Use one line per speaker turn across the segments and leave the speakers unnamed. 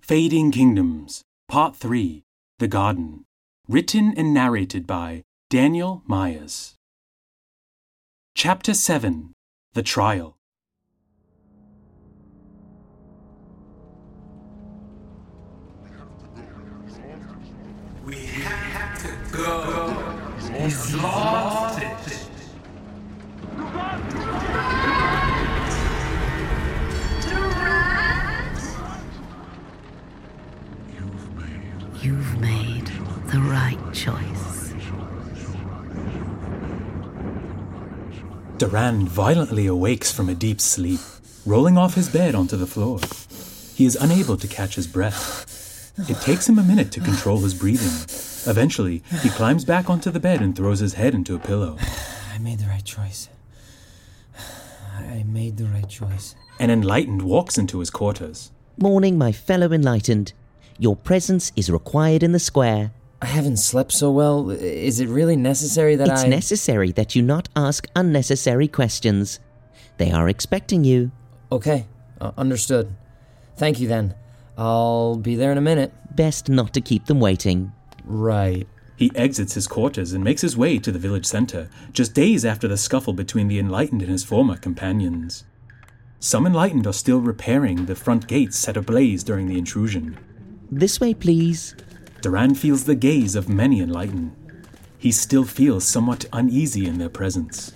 Fading Kingdoms, Part 3 The Garden. Written and narrated by Daniel Myers. Chapter 7 The Trial.
We have to go. He's lost it.
You've made the right choice.
Durand violently awakes from a deep sleep, rolling off his bed onto the floor. He is unable to catch his breath. It takes him a minute to control his breathing. Eventually, he climbs back onto the bed and throws his head into a pillow.
I made the right choice. I made the right choice.
An enlightened walks into his quarters.
Morning, my fellow enlightened. Your presence is required in the square.
I haven't slept so well. Is it really necessary that
it's
I.
necessary that you not ask unnecessary questions. They are expecting you.
okay, uh, understood. Thank you then. I'll be there in a minute.
Best not to keep them waiting.
Right.
He exits his quarters and makes his way to the village center, just days after the scuffle between the Enlightened and his former companions. Some Enlightened are still repairing the front gates set ablaze during the intrusion.
This way, please.
Duran feels the gaze of many Enlightened. He still feels somewhat uneasy in their presence.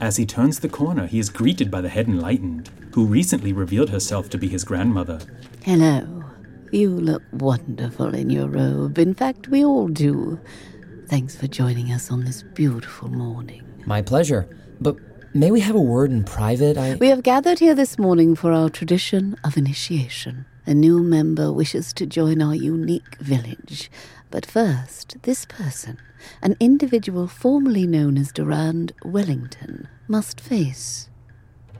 As he turns the corner, he is greeted by the head Enlightened, who recently revealed herself to be his grandmother.
Hello. You look wonderful in your robe. In fact, we all do. Thanks for joining us on this beautiful morning.
My pleasure. But may we have a word in private? I.
We have gathered here this morning for our tradition of initiation. A new member wishes to join our unique village. But first, this person, an individual formerly known as Durand Wellington, must face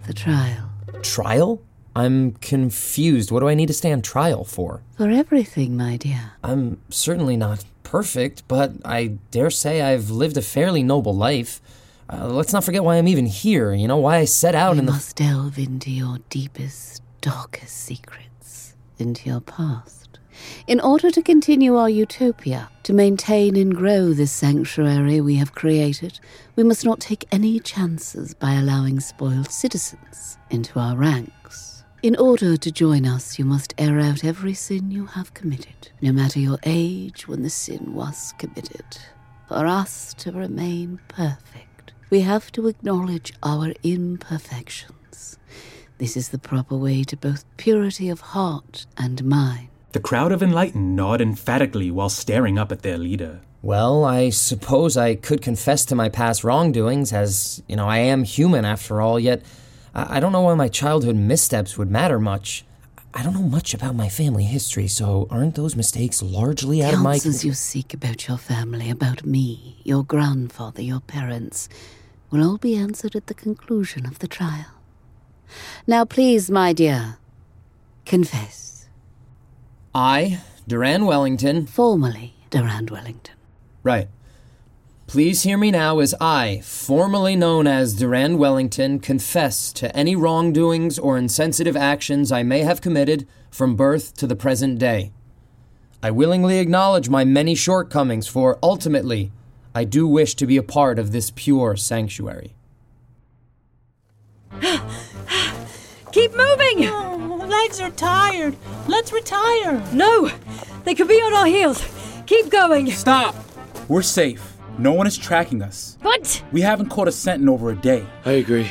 the trial.
trial? I'm confused. What do I need to stand trial for?
For everything, my dear.
I'm certainly not perfect, but I dare say I've lived a fairly noble life. Uh, let's not forget why I'm even here, you know, why I set out
We
in the.
must delve into your deepest, darkest secrets, into your past. In order to continue our utopia, to maintain and grow this sanctuary we have created, we must not take any chances by allowing spoiled citizens into our ranks. In order to join us, you must air out every sin you have committed, no matter your age when the sin was committed. For us to remain perfect, we have to acknowledge our imperfections. This is the proper way to both purity of heart and mind.
The crowd of Enlightened nod emphatically while staring up at their leader.
Well, I suppose I could confess to my past wrongdoings, as, you know, I am human after all, yet I I don't know why my childhood missteps would matter much. I don't know much about my family history, so aren't those mistakes largely out
The
of my.
answers you seek about your family, about me, your grandfather, your parents, will all be answered at the conclusion of the trial. Now, please, my dear, confess,
I, Duran Wellington,
formally, Durand Wellington.
Right. Please hear me now as I, formerly known as Durand Wellington, confess to any wrongdoings or insensitive actions I may have committed from birth to the present day. I willingly acknowledge my many shortcomings, for ultimately, I do wish to be a part of this pure sanctuary.
Keep moving!
Oh, legs are tired. Let's retire.
No! They could be on our heels! Keep going!
Stop! We're safe. No one is tracking us.
But
We haven't caught a scent in over a day.
I agree.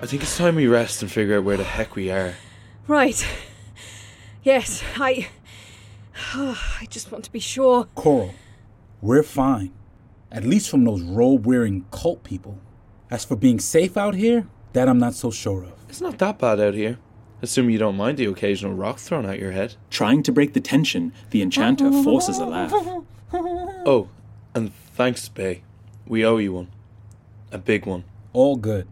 I think it's time we rest and figure out where the heck we are.
right. Yes, I I just want to be sure.
Coral, we're fine. At least from those robe wearing cult people. As for being safe out here, that I'm not so sure of.
It's not that bad out here. Assume you don't mind the occasional rock thrown at your head.
Trying to break the tension, the enchanter forces a laugh.
Oh, and thanks, Bay. We owe you one. A big one.
All good.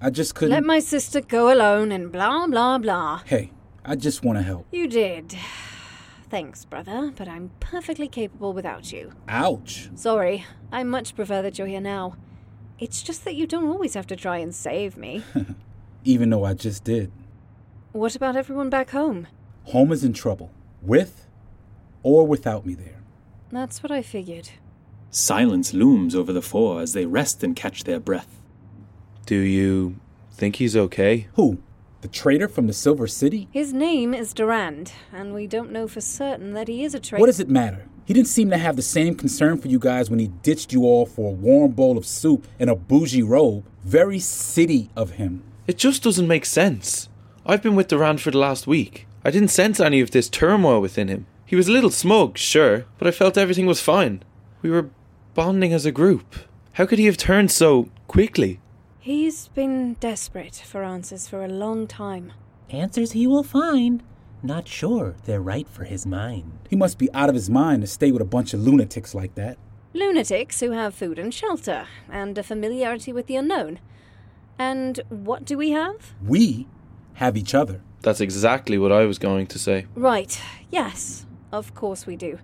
I just couldn't.
Let my sister go alone and blah blah blah.
hey, I just want to help.
You did. Thanks, brother, but I'm perfectly capable without you.
Ouch.
Sorry, I much prefer that you're here now. It's just that you don't always have to try and save me.
Even though I just did.
what about everyone back home?
Home is in trouble, with or without me there.
That's what I figured.
Silence looms over the four as they rest and catch their breath.
Do you think he's okay?
Who? The traitor from the Silver City?
His name is Durand, and we don't know for certain that he is a traitor.
What does it matter? He didn't seem to have the same concern for you guys when he ditched you all for a warm bowl of soup and a bougie robe. Very city of him.
It just doesn't make sense. I've been with Durand for the last week. I didn't sense any of this turmoil within him. He was a little smug, sure, but I felt everything was fine. We were bonding as a group. How could he have turned so quickly?
He's been desperate for answers for a long time.
Answers he will find. Not sure they're right for his mind.
He must be out of his mind to stay with a bunch of lunatics like that.
Lunatics who have food and shelter, and a familiarity with the unknown. And what do we have?
We have each other.
That's exactly what I was going to say.
Right, yes, of course we do.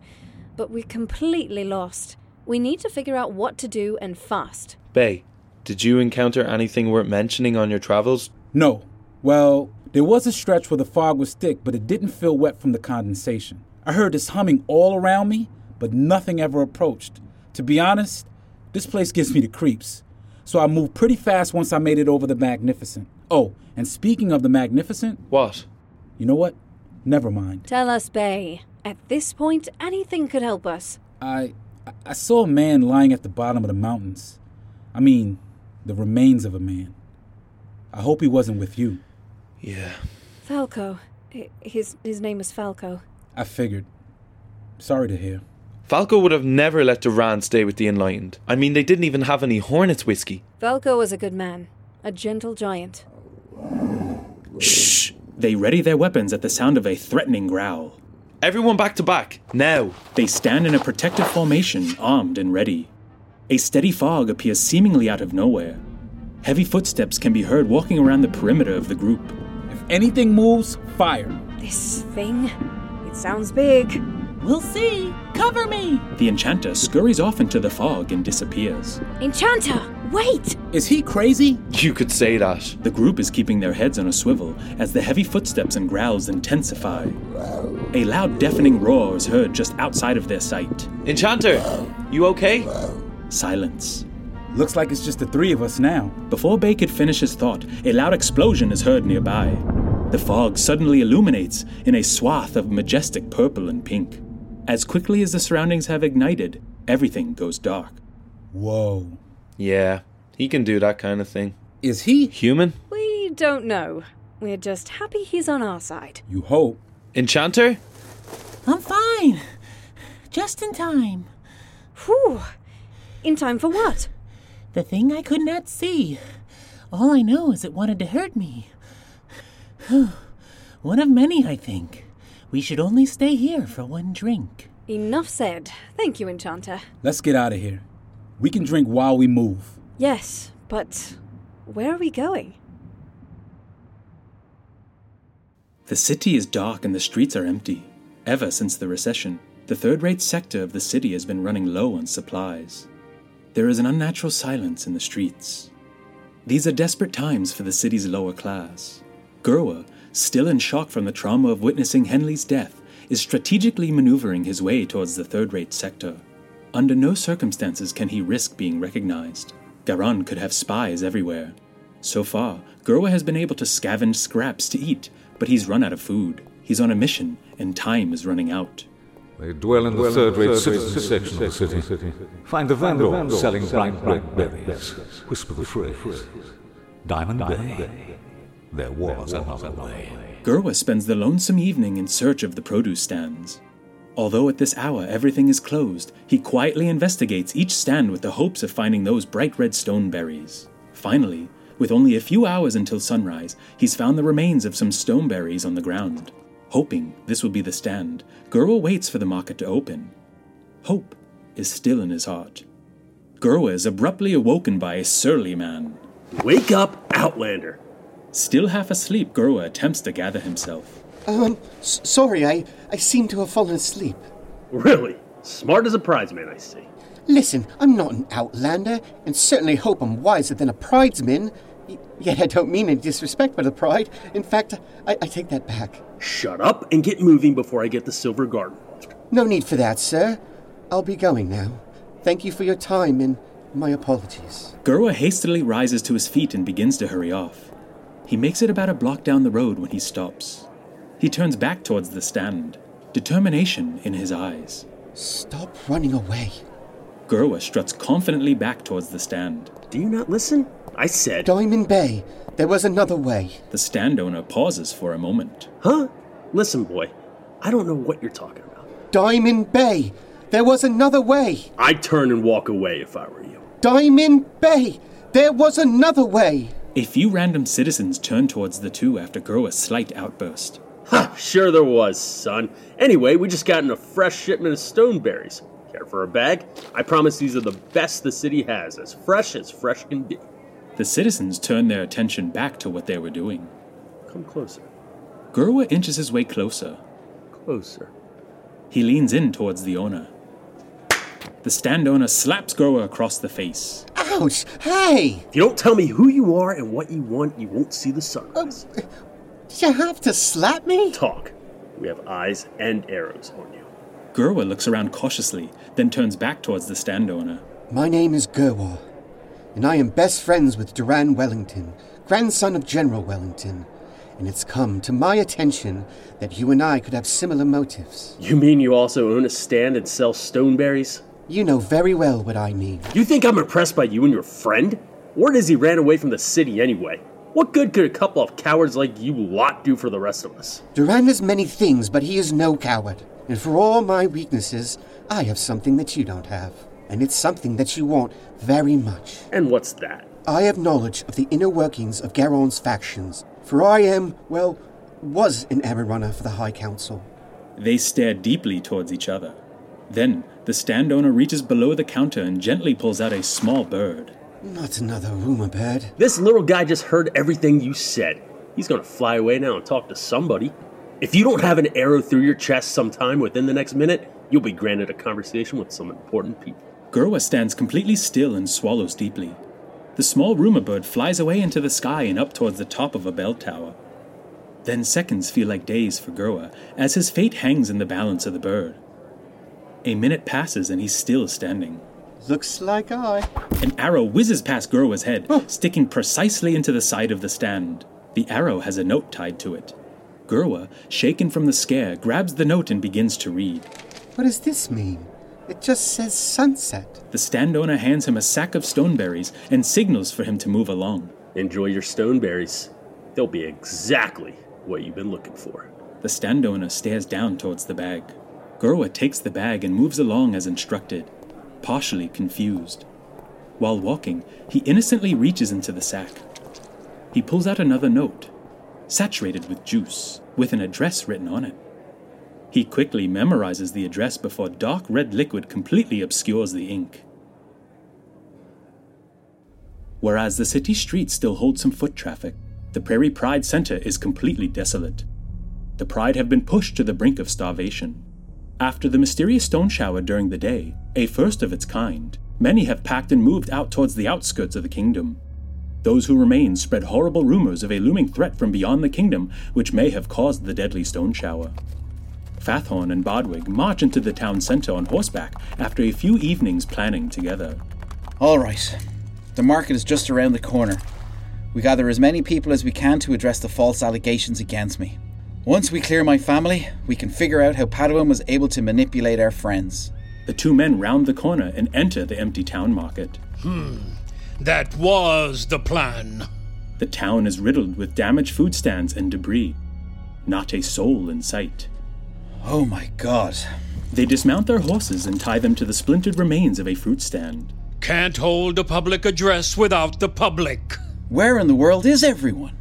But we're completely lost. We need to figure out what to do and fast.
Bay, did you encounter anything worth mentioning on your travels?
No. Well, there was a stretch where the fog was thick, but it didn't feel wet from the condensation. I heard this humming all around me, but nothing ever approached. To be honest, this place gives me the creeps. So I moved pretty fast once I made it over the Magnificent. Oh, and speaking of the Magnificent,
What?
you know what? Never mind.
Tell us, Bay. At this point, anything could help us.
I I- I saw a man lying at the bottom of the mountains. I mean, the remains of a man. I hope he wasn't with you.
Yeah.
Falco. Hi- His, his name is Falco.
I figured. Sorry to hear.
Falco would have never let Durand stay with the Enlightened. I mean, they didn't even have any Hornets whiskey.
Falco was a good man, a gentle giant.
Shh! They ready their weapons at the sound of a threatening growl.
Everyone back to back, now.
They stand in a protective formation, armed and ready. A steady fog appears seemingly out of nowhere. Heavy footsteps can be heard walking around the perimeter of the group.
If anything moves, fire.
This thing? It sounds big.
We'll see. Cover me.
The enchanter scurries off into the fog and disappears.
Enchanter! Wait!
Is he crazy?
You could say that.
The group is keeping their heads on a swivel as the heavy footsteps and growls intensify. A loud, deafening roar is heard just outside of their sight.
Enchanter, you okay?
Silence.
Looks like it's just the three of us now.
Before Bay could finish his thought, a loud explosion is heard nearby. The fog suddenly illuminates in a swath of majestic purple and pink. As quickly as the surroundings have ignited, everything goes dark.
Whoa.
Yeah, he can do that kind of thing.
Is he?
Human?
We don't know. We're just happy he's on our side.
You hope.
Enchanter?
I'm fine. Just in time.
Whew! In time for what?
The thing I could not see. All I know is it wanted to hurt me. one of many, I think. We should only stay here for one drink.
Enough said. Thank you, Enchanter.
Let's get out of here. We can drink while we move.
Yes, but where are we going?
The city is dark and the streets are empty. Ever since the recession, the third rate sector of the city has been running low on supplies. There is an unnatural silence in the streets. These are desperate times for the city's lower class. Gerwa, still in shock from the trauma of witnessing Henley's death, is strategically maneuvering his way towards the third rate sector. Under no circumstances can he risk being recognized. Garon could have spies everywhere. So far, Gerwa has been able to scavenge scraps to eat, but he's run out of food. He's on a mission, and time is running out.
They dwell in the third-rate citizen section of the city. Find the vendor selling bright red berries. Whisper the phrase. Diamond Bay. There was another way.
Gerwa spends the lonesome evening in search of the produce stands. Although at this hour everything is closed, he quietly investigates each stand with the hopes of finding those bright red stone berries. Finally, with only a few hours until sunrise, he's found the remains of some stone berries on the ground. Hoping this will be the stand, Gerwa waits for the market to open. Hope is still in his heart. Gerwa is abruptly awoken by a surly man.
Wake up, Outlander.
Still half asleep, Gerwa attempts to gather himself.
Um, s- sorry, I, I seem to have fallen asleep.
Really? Smart as a prize man, I see.
Listen, I'm not an outlander, and certainly hope I'm wiser than a prizeman. Yet I don't mean any disrespect by the pride. In fact, I, I take that back.
Shut up and get moving before I get the silver guard.
No need for that, sir. I'll be going now. Thank you for your time and my apologies.
Gerwa hastily rises to his feet and begins to hurry off. He makes it about a block down the road when he stops. He turns back towards the stand, determination in his eyes.
Stop running away.
Gerwa struts confidently back towards the stand.
Do you not listen? I said.
Diamond Bay, there was another way.
The stand owner pauses for a moment.
Huh? Listen, boy, I don't know what you're talking about.
Diamond Bay, there was another way.
I'd turn and walk away if I were you.
Diamond Bay, there was another way.
A few random citizens turn towards the two after Gerwa's slight outburst.
Ha! Sure there was, son. Anyway, we just got in a fresh shipment of stoneberries. Care for a bag? I promise these are the best the city has, as fresh as fresh can be.
The citizens turn their attention back to what they were doing.
Come closer.
Gerwa inches his way closer.
Closer.
He leans in towards the owner. The stand owner slaps Gerwa across the face.
Ouch! Hey!
If you don't tell me who you are and what you want, you won't see the sunrise.
Oh, did you have to slap me?
Talk. We have eyes and arrows on you.
Gerwa looks around cautiously, then turns back towards the stand owner.
My name is Gerwa and I am best friends with Duran Wellington, grandson of General Wellington. And it's come to my attention that you and I could have similar motives.
You mean you also own a stand and sell stoneberries?
You know very well what I mean.
You think I'm impressed by you and your friend? Word is he ran away from the city anyway. What good could a couple of cowards like you lot do for the rest of us?
Duran is many things, but he is no coward. And for all my weaknesses, I have something that you don't have and it's something that you want very much.
And what's that?
I have knowledge of the inner workings of Garon's factions, for I am, well, was an errand runner for the High Council.
They stare deeply towards each other. Then, the stand owner reaches below the counter and gently pulls out a small bird.
Not another rumor bird.
This little guy just heard everything you said. He's gonna fly away now and talk to somebody. If you don't have an arrow through your chest sometime within the next minute, you'll be granted a conversation with some important people.
Gerwa stands completely still and swallows deeply. The small rumor bird flies away into the sky and up towards the top of a bell tower. Then seconds feel like days for Gerwa as his fate hangs in the balance of the bird. A minute passes and he's still standing.
Looks like I.
An arrow whizzes past Gerwa's head, sticking precisely into the side of the stand. The arrow has a note tied to it. Gerwa, shaken from the scare, grabs the note and begins to read.
What does this mean? It just says sunset.
The stand owner hands him a sack of stoneberries and signals for him to move along.
Enjoy your stoneberries. They'll be exactly what you've been looking for.
The stand owner stares down towards the bag. Gerwa takes the bag and moves along as instructed, partially confused. While walking, he innocently reaches into the sack. He pulls out another note, saturated with juice, with an address written on it. He quickly memorizes the address before dark red liquid completely obscures the ink. Whereas the city streets still hold some foot traffic, the Prairie Pride Center is completely desolate. The Pride have been pushed to the brink of starvation. After the mysterious stone shower during the day, a first of its kind, many have packed and moved out towards the outskirts of the kingdom. Those who remain spread horrible rumors of a looming threat from beyond the kingdom which may have caused the deadly stone shower. Fathorn and Bodwig march into the town centre on horseback after a few evenings planning together.
All right. The market is just around the corner. We gather as many people as we can to address the false allegations against me. Once we clear my family, we can figure out how Padawan was able to manipulate our friends.
The two men round the corner and enter the empty town market.
Hmm. That was the plan.
The town is riddled with damaged food stands and debris. Not a soul in sight.
Oh my god.
They dismount their horses and tie them to the splintered remains of a fruit stand.
Can't hold a public address without the public.
Where in the world is everyone?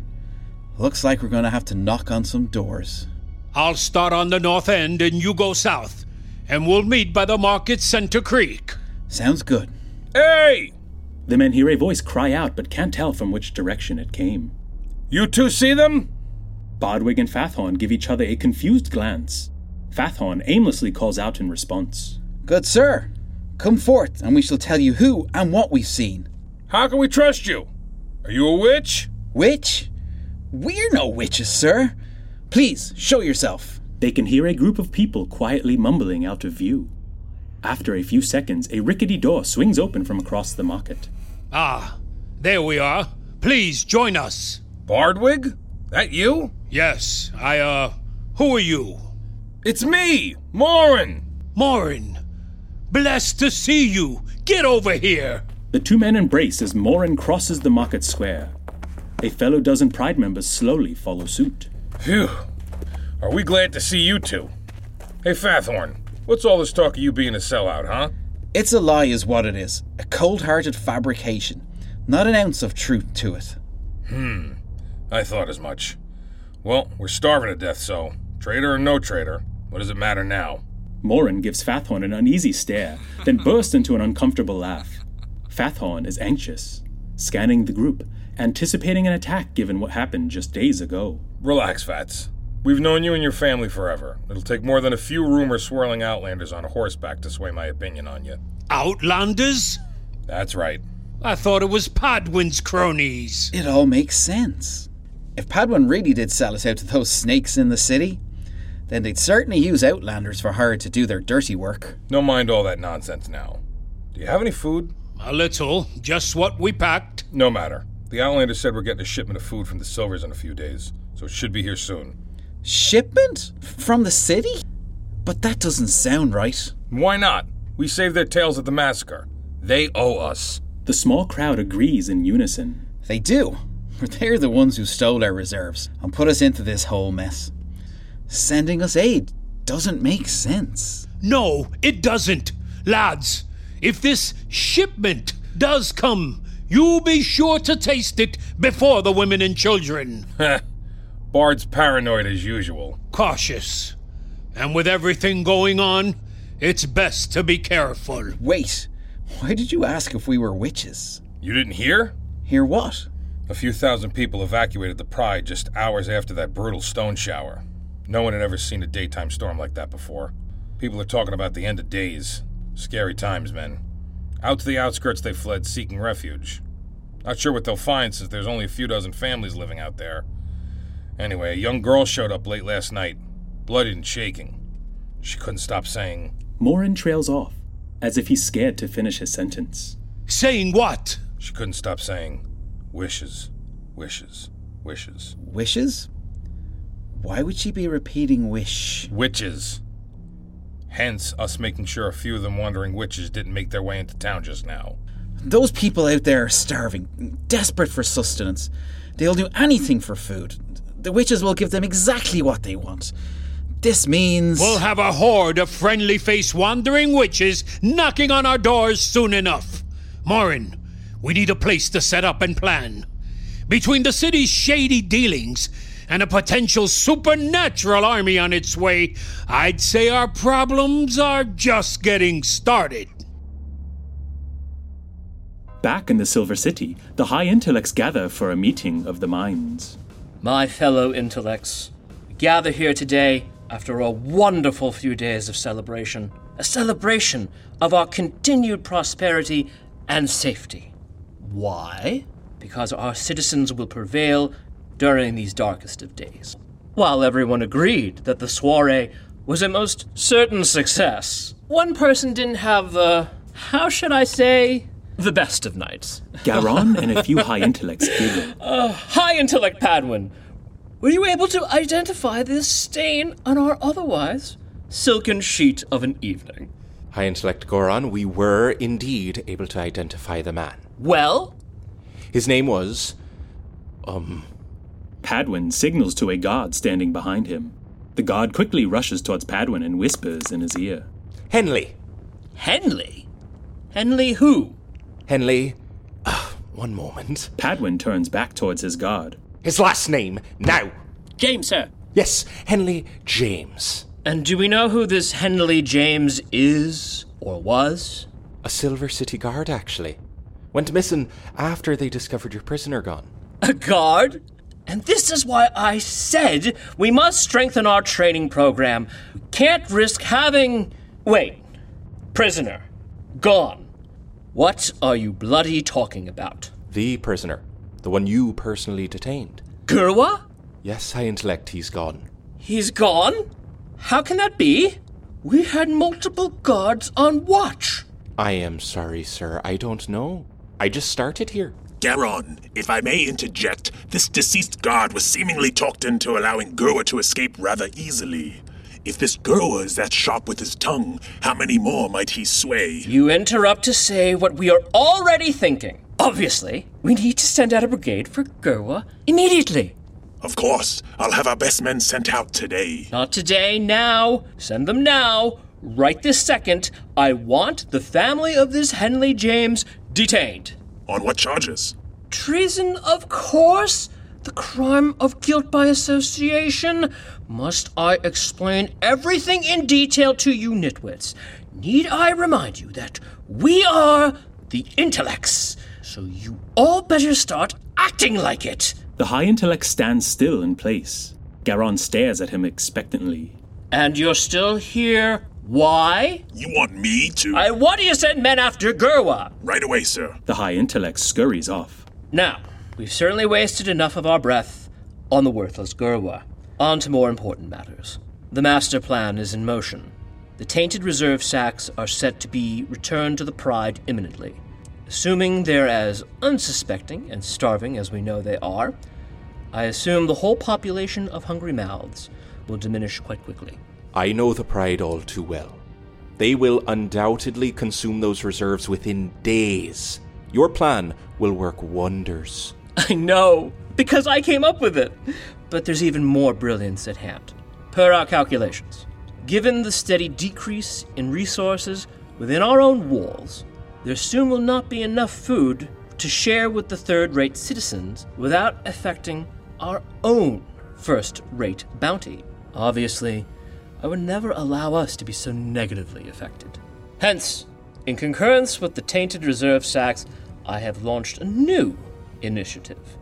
Looks like we're going to have to knock on some doors.
I'll start on the north end and you go south, and we'll meet by the market center creek.
Sounds good.
Hey!
The men hear a voice cry out but can't tell from which direction it came.
You two see them?
Bodwig and Fathorn give each other a confused glance. Fathorn aimlessly calls out in response.
Good sir, come forth, and we shall tell you who and what we've seen.
How can we trust you?
Are you a witch?
Witch? We're no witches, sir. Please, show yourself.
They can hear a group of people quietly mumbling out of view. After a few seconds, a rickety door swings open from across the market.
Ah, there we are. Please join us.
Bardwig? That you?
Yes, I, uh, who are you?
It's me, Morin.
Morin, blessed to see you. Get over here.
The two men embrace as Morin crosses the market square. A fellow dozen Pride members slowly follow suit.
Phew. Are we glad to see you two? Hey, Fathorn, what's all this talk of you being a sellout, huh?
It's a lie, is what it is. A cold hearted fabrication. Not an ounce of truth to it.
Hmm. I thought as much. Well, we're starving to death, so traitor or no traitor, what does it matter now?
Morin gives Fathorn an uneasy stare, then bursts into an uncomfortable laugh. Fathorn is anxious, scanning the group, anticipating an attack given what happened just days ago.
Relax, Fats. We've known you and your family forever. It'll take more than a few rumor swirling outlanders on horseback to sway my opinion on you.
Outlanders?
That's right.
I thought it was Podwin's cronies.
It all makes sense. If Padwin really did sell us out to those snakes in the city, then they'd certainly use outlanders for hire to do their dirty work.
No mind all that nonsense now. Do you have any food?
A little, just what we packed.
No matter. The Outlander said we're getting a shipment of food from the Silvers in a few days, so it should be here soon.
Shipment? From the city? But that doesn't sound right.
Why not? We saved their tails at the massacre. They owe us.
The small crowd agrees in unison.
They do. They're the ones who stole our reserves and put us into this whole mess. Sending us aid doesn't make sense.
No, it doesn't. Lads, if this shipment does come, you be sure to taste it before the women and children.
Bard's paranoid as usual.
Cautious. And with everything going on, it's best to be careful.
Wait, why did you ask if we were witches?
You didn't hear?
Hear what?
A few thousand people evacuated the Pride just hours after that brutal stone shower. No one had ever seen a daytime storm like that before. People are talking about the end of days. Scary times, men. Out to the outskirts they fled, seeking refuge. Not sure what they'll find since there's only a few dozen families living out there. Anyway, a young girl showed up late last night, bloodied and shaking. She couldn't stop saying.
Morin trails off, as if he's scared to finish his sentence.
Saying what?
She couldn't stop saying. Wishes, wishes, wishes.
Wishes? Why would she be repeating wish?
Witches. Hence, us making sure a few of them wandering witches didn't make their way into town just now.
Those people out there are starving, desperate for sustenance. They'll do anything for food. The witches will give them exactly what they want. This means.
We'll have a horde of friendly faced wandering witches knocking on our doors soon enough. Morin, we need a place to set up and plan. Between the city's shady dealings and a potential supernatural army on its way, I'd say our problems are just getting started.
Back in the Silver City, the high intellects gather for a meeting of the minds.
My fellow intellects, gather here today after a wonderful few days of celebration, a celebration of our continued prosperity and safety. Why? Because our citizens will prevail during these darkest of days. While everyone agreed that the soiree was a most certain success, one person didn't have the, how should I say, the best of nights.
Garon and a few high intellects giggle.
Uh, high intellect Padwin, were you able to identify this stain on our otherwise silken sheet of an evening?
High Intellect Goron, we were indeed able to identify the man.
Well?
His name was. Um.
Padwin signals to a guard standing behind him. The guard quickly rushes towards Padwin and whispers in his ear
Henley!
Henley? Henley who?
Henley. Uh, one moment.
Padwin turns back towards his guard.
His last name, now!
James, sir.
Yes, Henley James.
And do we know who this Henley James is or was?
A Silver City guard, actually. Went missing after they discovered your prisoner gone.
A guard? And this is why I said we must strengthen our training program. We can't risk having. Wait. Prisoner. Gone. What are you bloody talking about?
The prisoner. the one you personally detained.
Gurwa?
Yes, High Intellect, he's gone.
He's gone? How can that be? We had multiple guards on watch.
I am sorry, sir. I don't know. I just started here.
Garon, if I may interject, this deceased guard was seemingly talked into allowing Gurwa to escape rather easily. If this Gurwa is that sharp with his tongue, how many more might he sway?
You interrupt to say what we are already thinking. Obviously, we need to send out a brigade for Gurwa immediately.
Of course, I'll have our best men sent out today.
Not today, now. Send them now. Right this second. I want the family of this Henley James detained.
On what charges?
Treason, of course. The crime of guilt by association. Must I explain everything in detail to you, nitwits? Need I remind you that we are the intellects, so you all better start acting like it.
The high intellect stands still in place. Garon stares at him expectantly.
And you're still here. Why?
You want me to?
I want you to send men after Gerwa.
Right away, sir.
The high intellect scurries off.
Now, we've certainly wasted enough of our breath on the worthless Gerwa. On to more important matters. The master plan is in motion. The tainted reserve sacks are set to be returned to the Pride imminently. Assuming they're as unsuspecting and starving as we know they are, I assume the whole population of Hungry Mouths will diminish quite quickly.
I know the Pride all too well. They will undoubtedly consume those reserves within days. Your plan will work wonders.
I know, because I came up with it. But there's even more brilliance at hand. Per our calculations, given the steady decrease in resources within our own walls, there soon will not be enough food to share with the third rate citizens without affecting our own first rate bounty. Obviously, I would never allow us to be so negatively affected. Hence, in concurrence with the tainted reserve sacks, I have launched a new initiative.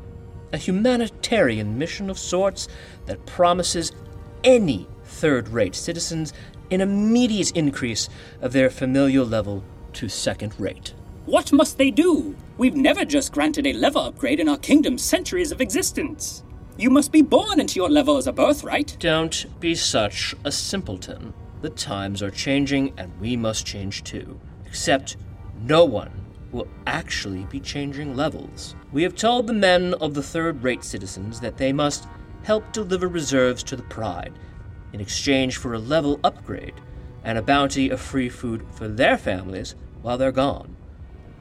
A humanitarian mission of sorts that promises any third rate citizens an immediate increase of their familial level to second rate.
What must they do? We've never just granted a level upgrade in our kingdom's centuries of existence. You must be born into your level as a birthright.
Don't be such a simpleton. The times are changing and we must change too. Except no one will actually be changing levels. We have told the men of the third rate citizens that they must help deliver reserves to the Pride in exchange for a level upgrade and a bounty of free food for their families while they're gone.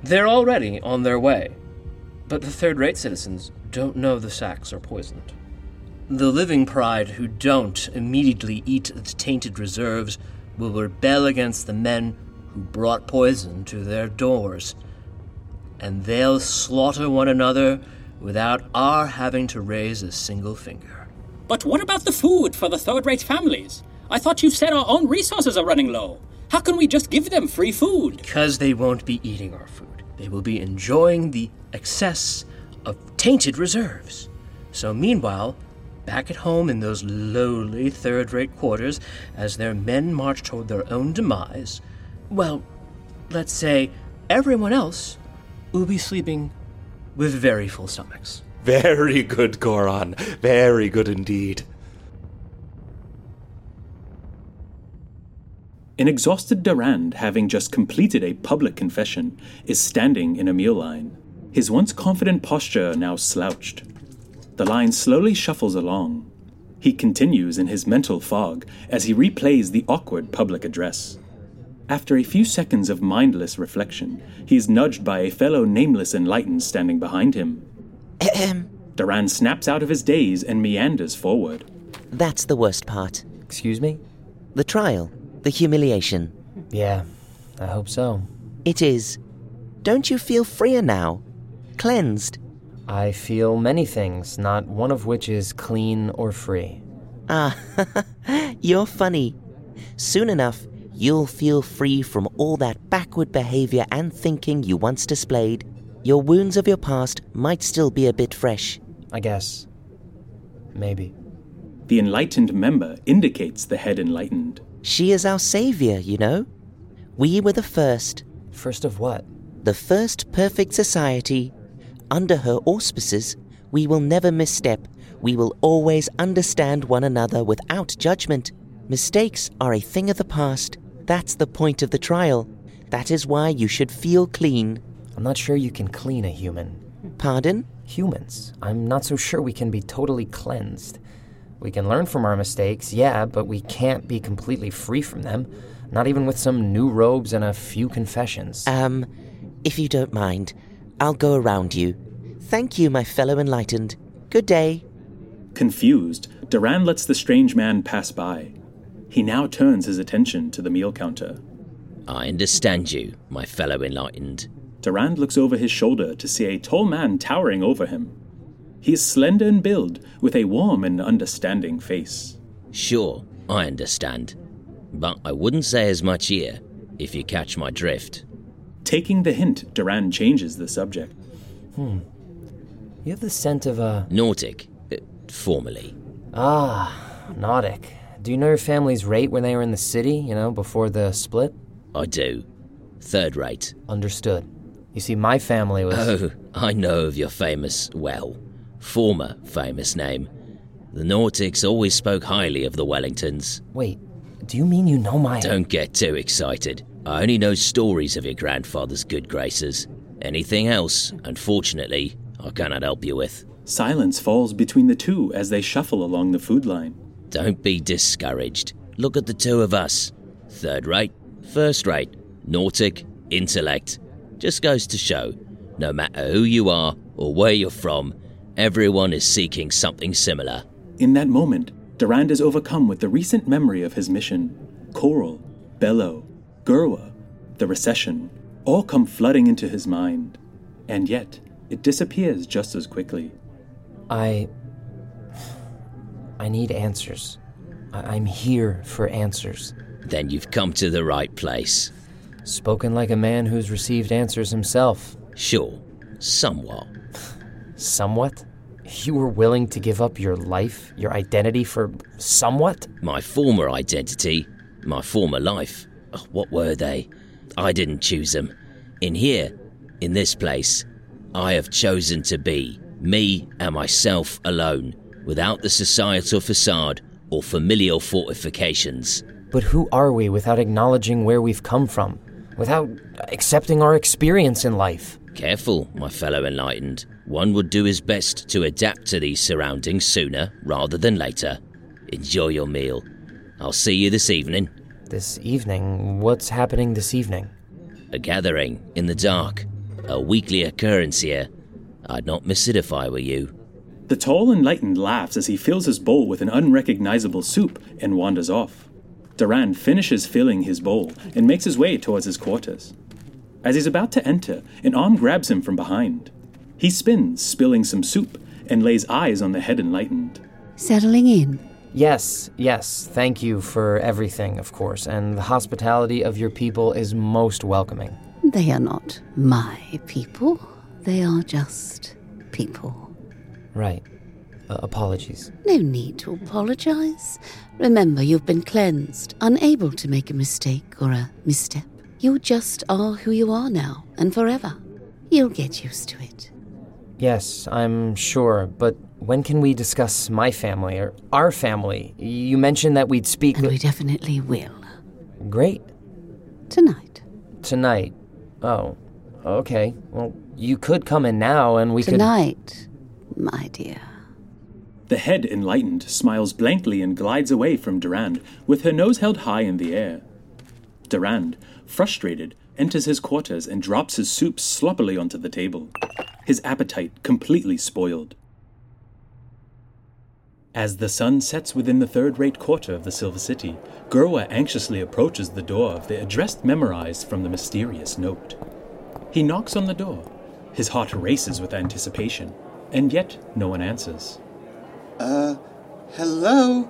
They're already on their way, but the third rate citizens don't know the sacks are poisoned. The living pride who don't immediately eat the tainted reserves will rebel against the men who brought poison to their doors, and they'll slaughter one another without our having to raise a single finger.
But what about the food for the third rate families? I thought you said our own resources are running low. How can we just give them free food?
Because they won't be eating our food. They will be enjoying the excess of tainted reserves. So, meanwhile, back at home in those lowly third rate quarters, as their men march toward their own demise, well, let's say everyone else will be sleeping with very full stomachs.
Very good, Goron. Very good indeed.
An exhausted Durand, having just completed a public confession, is standing in a meal line, his once confident posture now slouched. The line slowly shuffles along. He continues in his mental fog as he replays the awkward public address. After a few seconds of mindless reflection, he is nudged by a fellow nameless enlightened standing behind him. Durand snaps out of his daze and meanders forward.
That's the worst part.
Excuse me?
The trial. The humiliation.
Yeah, I hope so.
It is. Don't you feel freer now? Cleansed?
I feel many things, not one of which is clean or free.
Ah, you're funny. Soon enough, you'll feel free from all that backward behavior and thinking you once displayed. Your wounds of your past might still be a bit fresh.
I guess. Maybe.
The enlightened member indicates the head enlightened.
She is our savior, you know. We were the first.
First of what?
The first perfect society. Under her auspices, we will never misstep. We will always understand one another without judgment. Mistakes are a thing of the past. That's the point of the trial. That is why you should feel clean.
I'm not sure you can clean a human.
Pardon?
Humans. I'm not so sure we can be totally cleansed. We can learn from our mistakes, yeah, but we can't be completely free from them. Not even with some new robes and a few confessions.
Um, if you don't mind, I'll go around you. Thank you, my fellow enlightened. Good day.
Confused, Duran lets the strange man pass by. He now turns his attention to the meal counter.
I understand you, my fellow enlightened.
Durand looks over his shoulder to see a tall man towering over him. He is slender in build, with a warm and understanding face.
Sure, I understand. But I wouldn't say as much here, if you catch my drift.
Taking the hint, Durand changes the subject.
Hmm. You have the scent of a.
Nautic, uh, formerly.
Ah, Nautic. Do you know your family's rate when they were in the city, you know, before the split?
I do. Third rate.
Understood. You see, my family was.
Oh, I know of your famous, well, former famous name. The Nautics always spoke highly of the Wellingtons.
Wait, do you mean you know my.
Don't get too excited. I only know stories of your grandfather's good graces. Anything else, unfortunately, I cannot help you with.
Silence falls between the two as they shuffle along the food line.
Don't be discouraged. Look at the two of us. Third rate, first rate, nautic, intellect. Just goes to show no matter who you are or where you're from, everyone is seeking something similar.
In that moment, Durand is overcome with the recent memory of his mission. Coral, Bellow, Gerwa, the recession, all come flooding into his mind. And yet, it disappears just as quickly.
I. I need answers. I- I'm here for answers.
Then you've come to the right place.
Spoken like a man who's received answers himself.
Sure, somewhat.
Somewhat? You were willing to give up your life, your identity for somewhat?
My former identity, my former life. Oh, what were they? I didn't choose them. In here, in this place, I have chosen to be me and myself alone, without the societal facade or familial fortifications.
But who are we without acknowledging where we've come from? Without accepting our experience in life?
Careful, my fellow enlightened. One would do his best to adapt to these surroundings sooner rather than later. Enjoy your meal. I'll see you this evening.
This evening? What's happening this evening?
A gathering in the dark. A weekly occurrence here. I'd not miss it if I were you.
The tall enlightened laughs as he fills his bowl with an unrecognizable soup and wanders off. Duran finishes filling his bowl and makes his way towards his quarters. As he's about to enter, an arm grabs him from behind. He spins, spilling some soup, and lays eyes on the head enlightened.
Settling in.
Yes, yes, thank you for everything, of course, and the hospitality of your people is most welcoming.
They are not my people, they are just people.
Right. Uh, apologies.
No need to apologize. Remember, you've been cleansed, unable to make a mistake or a misstep. You just are who you are now and forever. You'll get used to it.
Yes, I'm sure, but when can we discuss my family or our family? You mentioned that we'd speak.
And we definitely will.
Great.
Tonight.
Tonight. Oh, okay. Well, you could come in now and we
Tonight, could. Tonight, my dear.
The head enlightened smiles blankly and glides away from Durand, with her nose held high in the air. Durand, frustrated, enters his quarters and drops his soup sloppily onto the table, his appetite completely spoiled. As the sun sets within the third rate quarter of the Silver City, Gerwa anxiously approaches the door of the address memorized from the mysterious note. He knocks on the door. His heart races with anticipation, and yet no one answers.
Uh, hello?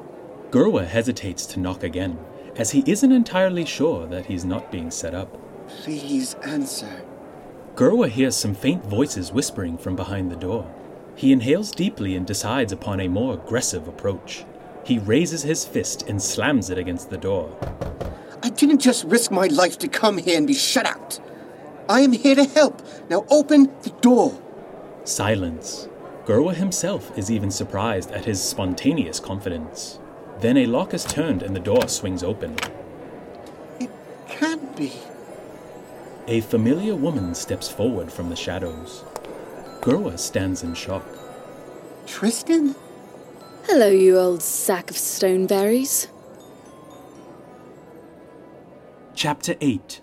Gerwa hesitates to knock again, as he isn't entirely sure that he's not being set up.
Please answer.
Gerwa hears some faint voices whispering from behind the door. He inhales deeply and decides upon a more aggressive approach. He raises his fist and slams it against the door.
I didn't just risk my life to come here and be shut out. I am here to help. Now open the door.
Silence. Gerwa himself is even surprised at his spontaneous confidence. Then a lock is turned and the door swings open.
Can be.
A familiar woman steps forward from the shadows. Gerwa stands in shock.
Tristan?
Hello, you old sack of stoneberries.
Chapter 8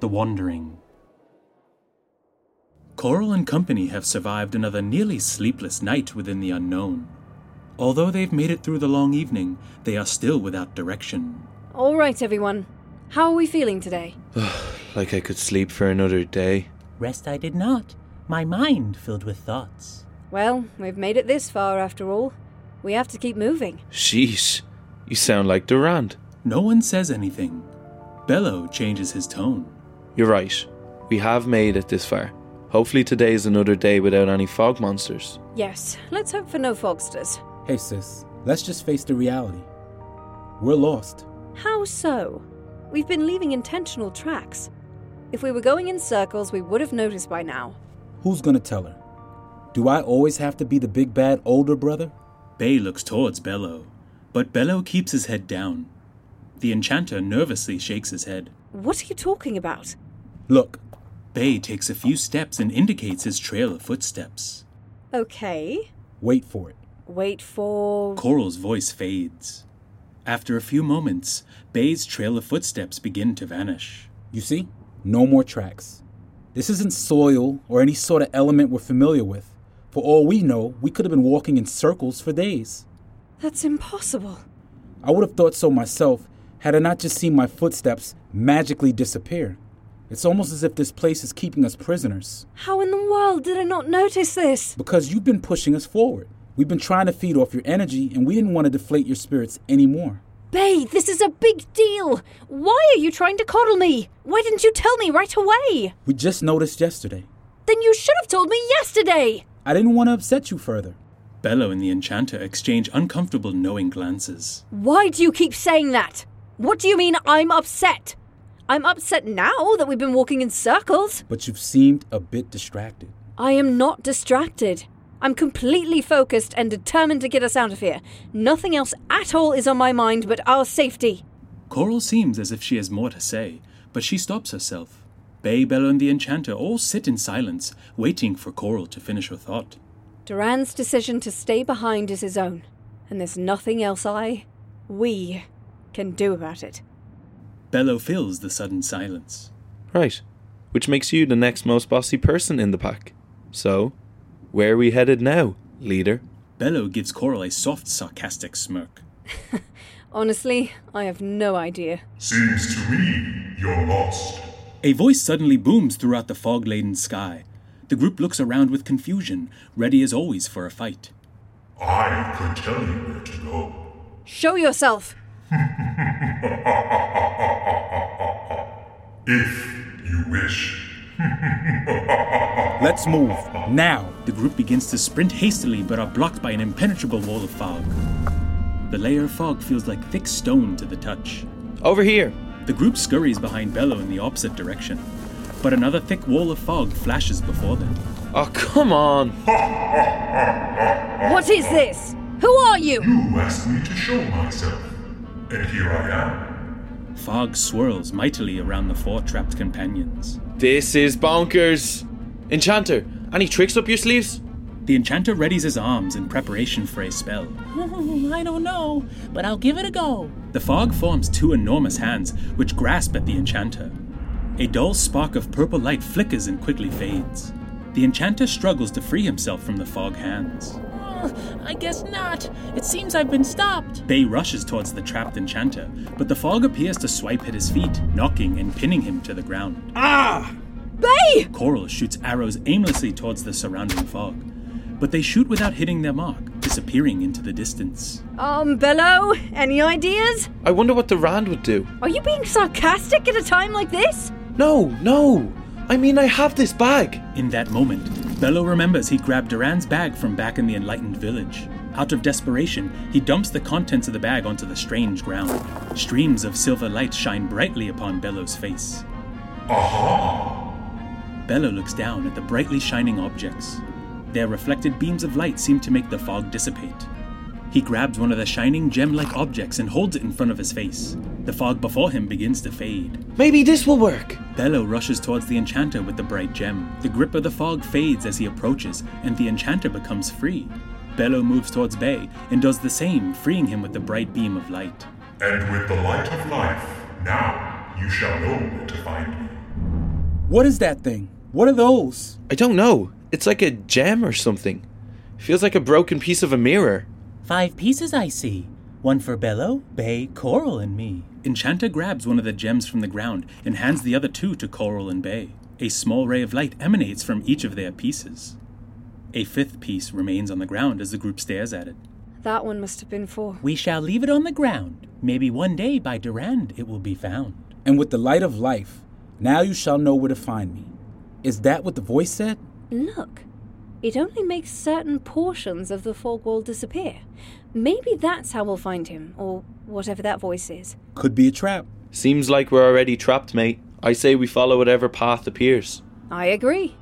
The Wandering. Coral and company have survived another nearly sleepless night within the unknown. Although they've made it through the long evening, they are still without direction.
All right, everyone. How are we feeling today?
Like I could sleep for another day.
Rest I did not, my mind filled with thoughts.
Well, we've made it this far after all. We have to keep moving.
Sheesh, you sound like Durand.
No one says anything. Bello changes his tone.
You're right. We have made it this far. Hopefully, today is another day without any fog monsters.
Yes, let's hope for no fogsters.
Hey, sis, let's just face the reality. We're lost.
How so? We've been leaving intentional tracks. If we were going in circles, we would have noticed by now.
Who's gonna tell her? Do I always have to be the big bad older brother?
Bay looks towards Bello, but Bello keeps his head down. The enchanter nervously shakes his head.
What are you talking about?
Look. Bay takes a few steps and indicates his trail of footsteps.
Okay.
Wait for it.
Wait for.
Coral's voice fades. After a few moments, Bay's trail of footsteps begin to vanish.
You see? No more tracks. This isn't soil or any sort of element we're familiar with. For all we know, we could have been walking in circles for days.
That's impossible.
I would have thought so myself had I not just seen my footsteps magically disappear. It's almost as if this place is keeping us prisoners.
How in the world did I not notice this?
Because you've been pushing us forward. We've been trying to feed off your energy, and we didn't want to deflate your spirits anymore.
Bay, this is a big deal! Why are you trying to coddle me? Why didn't you tell me right away?
We just noticed yesterday.
Then you should have told me yesterday!
I didn't want to upset you further.
Bello and the enchanter exchange uncomfortable, knowing glances.
Why do you keep saying that? What do you mean I'm upset? I'm upset now that we've been walking in circles.
But you've seemed a bit distracted.
I am not distracted. I'm completely focused and determined to get us out of here. Nothing else at all is on my mind but our safety.
Coral seems as if she has more to say, but she stops herself. Bay, Bella, and the Enchanter all sit in silence, waiting for Coral to finish her thought.
Duran's decision to stay behind is his own, and there's nothing else I, we, can do about it.
Bello fills the sudden silence.
Right. Which makes you the next most bossy person in the pack. So, where are we headed now, leader?
Bello gives Coral a soft, sarcastic smirk.
Honestly, I have no idea.
Seems to me you're lost.
A voice suddenly booms throughout the fog laden sky. The group looks around with confusion, ready as always for a fight.
I can tell you where to go.
Show yourself!
if you wish.
Let's move. Now!
The group begins to sprint hastily but are blocked by an impenetrable wall of fog. The layer of fog feels like thick stone to the touch.
Over here!
The group scurries behind Bello in the opposite direction, but another thick wall of fog flashes before them.
Oh, come on!
What is this? Who are you?
You asked me to show myself, and here I am.
Fog swirls mightily around the four trapped companions.
This is bonkers! Enchanter, any tricks up your sleeves?
The enchanter readies his arms in preparation for a spell.
I don't know, but I'll give it a go.
The fog forms two enormous hands, which grasp at the enchanter. A dull spark of purple light flickers and quickly fades. The enchanter struggles to free himself from the fog hands.
Oh, I guess not. It seems I've been stopped.
Bay rushes towards the trapped enchanter, but the fog appears to swipe at his feet, knocking and pinning him to the ground.
Ah!
Bay!
Coral shoots arrows aimlessly towards the surrounding fog but they shoot without hitting their mark, disappearing into the distance.
Um, Bello, any ideas?
I wonder what the Rand would do.
Are you being sarcastic at a time like this?
No, no. I mean, I have this bag.
In that moment, Bello remembers he grabbed Duran's bag from back in the Enlightened Village. Out of desperation, he dumps the contents of the bag onto the strange ground. Streams of silver light shine brightly upon Bello's face.
Aha!
Bello looks down at the brightly shining objects. Their reflected beams of light seem to make the fog dissipate. He grabs one of the shining gem like objects and holds it in front of his face. The fog before him begins to fade.
Maybe this will work.
Bello rushes towards the enchanter with the bright gem. The grip of the fog fades as he approaches, and the enchanter becomes free. Bello moves towards Bay and does the same, freeing him with the bright beam of light.
And with the light of life, now you shall know where to find me.
What is that thing? What are those?
I don't know. It's like a gem or something. Feels like a broken piece of a mirror.
Five pieces I see. One for Bello, Bay, Coral, and me.
Enchanter grabs one of the gems from the ground and hands the other two to Coral and Bay. A small ray of light emanates from each of their pieces. A fifth piece remains on the ground as the group stares at it.
That one must have been for.
We shall leave it on the ground. Maybe one day by Durand it will be found.
And with the light of life, now you shall know where to find me. Is that what the voice said?
Look, it only makes certain portions of the fog wall disappear. Maybe that's how we'll find him, or whatever that voice is.
Could be a trap.
Seems like we're already trapped, mate. I say we follow whatever path appears.
I agree.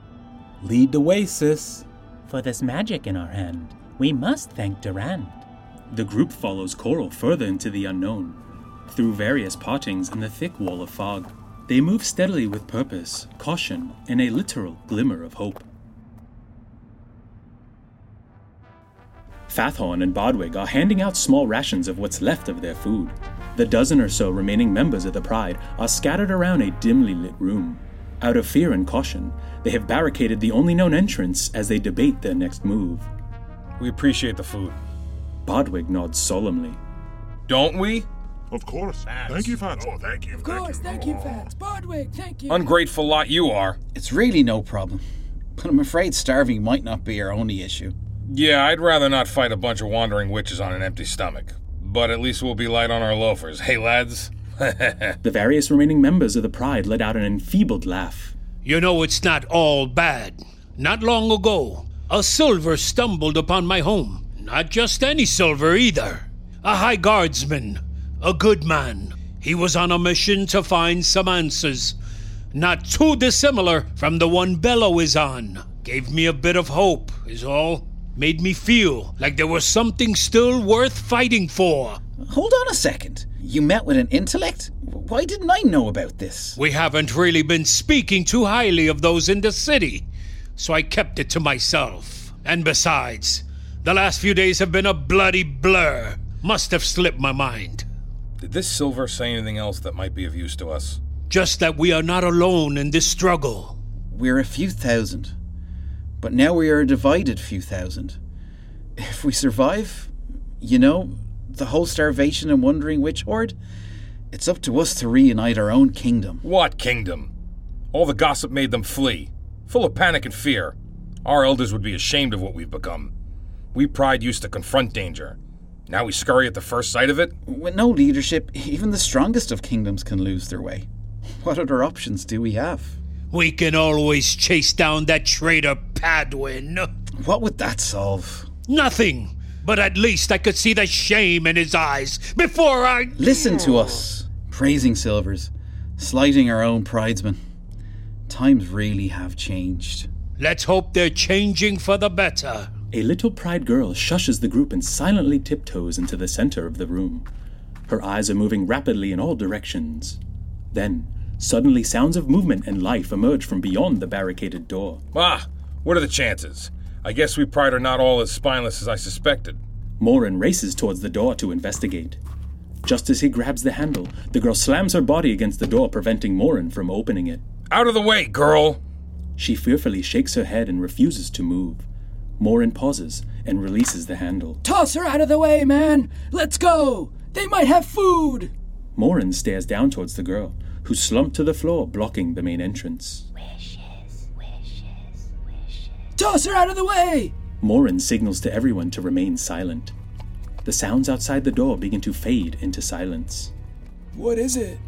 Lead the way, sis.
For this magic in our hand, we must thank Durand.
The group follows Coral further into the unknown, through various partings in the thick wall of fog. They move steadily with purpose, caution, and a literal glimmer of hope. Fathorn and Bodwig are handing out small rations of what's left of their food. The dozen or so remaining members of the Pride are scattered around a dimly lit room. Out of fear and caution, they have barricaded the only known entrance as they debate their next move.
We appreciate the food.
Bodwig nods solemnly.
Don't we?
Of course. Fats. Thank you, Fats. Oh, thank you.
Of course, thank you, Fats. Bodwig, thank you.
Ungrateful lot you are.
It's really no problem. But I'm afraid starving might not be our only issue.
Yeah, I'd rather not fight a bunch of wandering witches on an empty stomach. But at least we'll be light on our loafers. Hey, lads?
the various remaining members of the Pride let out an enfeebled laugh.
You know, it's not all bad. Not long ago, a silver stumbled upon my home. Not just any silver either. A high guardsman, a good man. He was on a mission to find some answers, not too dissimilar from the one Bello is on. Gave me a bit of hope, is all. Made me feel like there was something still worth fighting for.
Hold on a second. You met with an intellect? Why didn't I know about this?
We haven't really been speaking too highly of those in the city, so I kept it to myself. And besides, the last few days have been a bloody blur. Must have slipped my mind.
Did this silver say anything else that might be of use to us?
Just that we are not alone in this struggle.
We're a few thousand, but now we are a divided few thousand. If we survive, you know, the whole starvation and wandering witch horde, it's up to us to reunite our own kingdom.
What kingdom? All the gossip made them flee, full of panic and fear. Our elders would be ashamed of what we've become. We pride used to confront danger, now we scurry at the first sight of it?
With no leadership, even the strongest of kingdoms can lose their way. What other options do we have?
We can always chase down that traitor Padwin.
What would that solve?
Nothing. But at least I could see the shame in his eyes before I.
Listen to us, praising Silvers, slighting our own pridesmen. Times really have changed.
Let's hope they're changing for the better.
A little pride girl shushes the group and silently tiptoes into the center of the room. Her eyes are moving rapidly in all directions. Then, suddenly, sounds of movement and life emerge from beyond the barricaded door.
Ah, what are the chances? I guess we pride are not all as spineless as I suspected.
Morin races towards the door to investigate. Just as he grabs the handle, the girl slams her body against the door, preventing Morin from opening it.
Out of the way, girl!
She fearfully shakes her head and refuses to move. Morin pauses and releases the handle.
Toss her out of the way, man! Let's go! They might have food!
Morin stares down towards the girl, who slumped to the floor, blocking the main entrance. Wishes,
wishes, wishes. Toss her out of the way!
Morin signals to everyone to remain silent. The sounds outside the door begin to fade into silence.
What is it?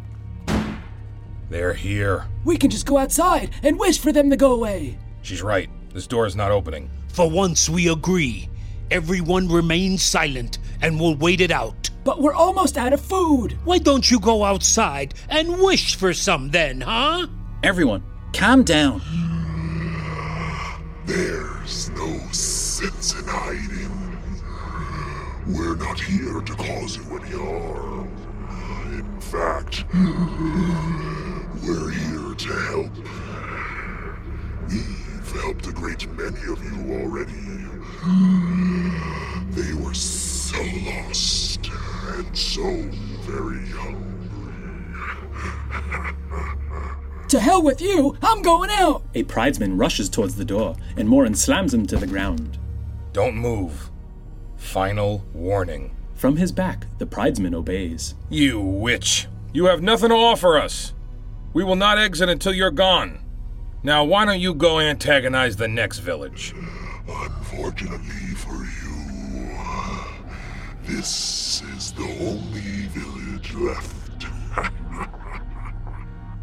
They're here.
We can just go outside and wish for them to go away.
She's right. This door is not opening.
For once we agree. Everyone remains silent and we'll wait it out.
But we're almost out of food.
Why don't you go outside and wish for some then, huh?
Everyone, calm down.
There's no sense in hiding. We're not here to cause you any harm. In fact, we're here to help. We've helped a great many of you already. They were so lost and so very young.
To hell with you! I'm going out!
A pridesman rushes towards the door, and Morin slams him to the ground.
Don't move. Final warning.
From his back, the pridesman obeys.
You witch! You have nothing to offer us! We will not exit until you're gone. Now, why don't you go antagonize the next village?
Unfortunately for you, this is the only village left.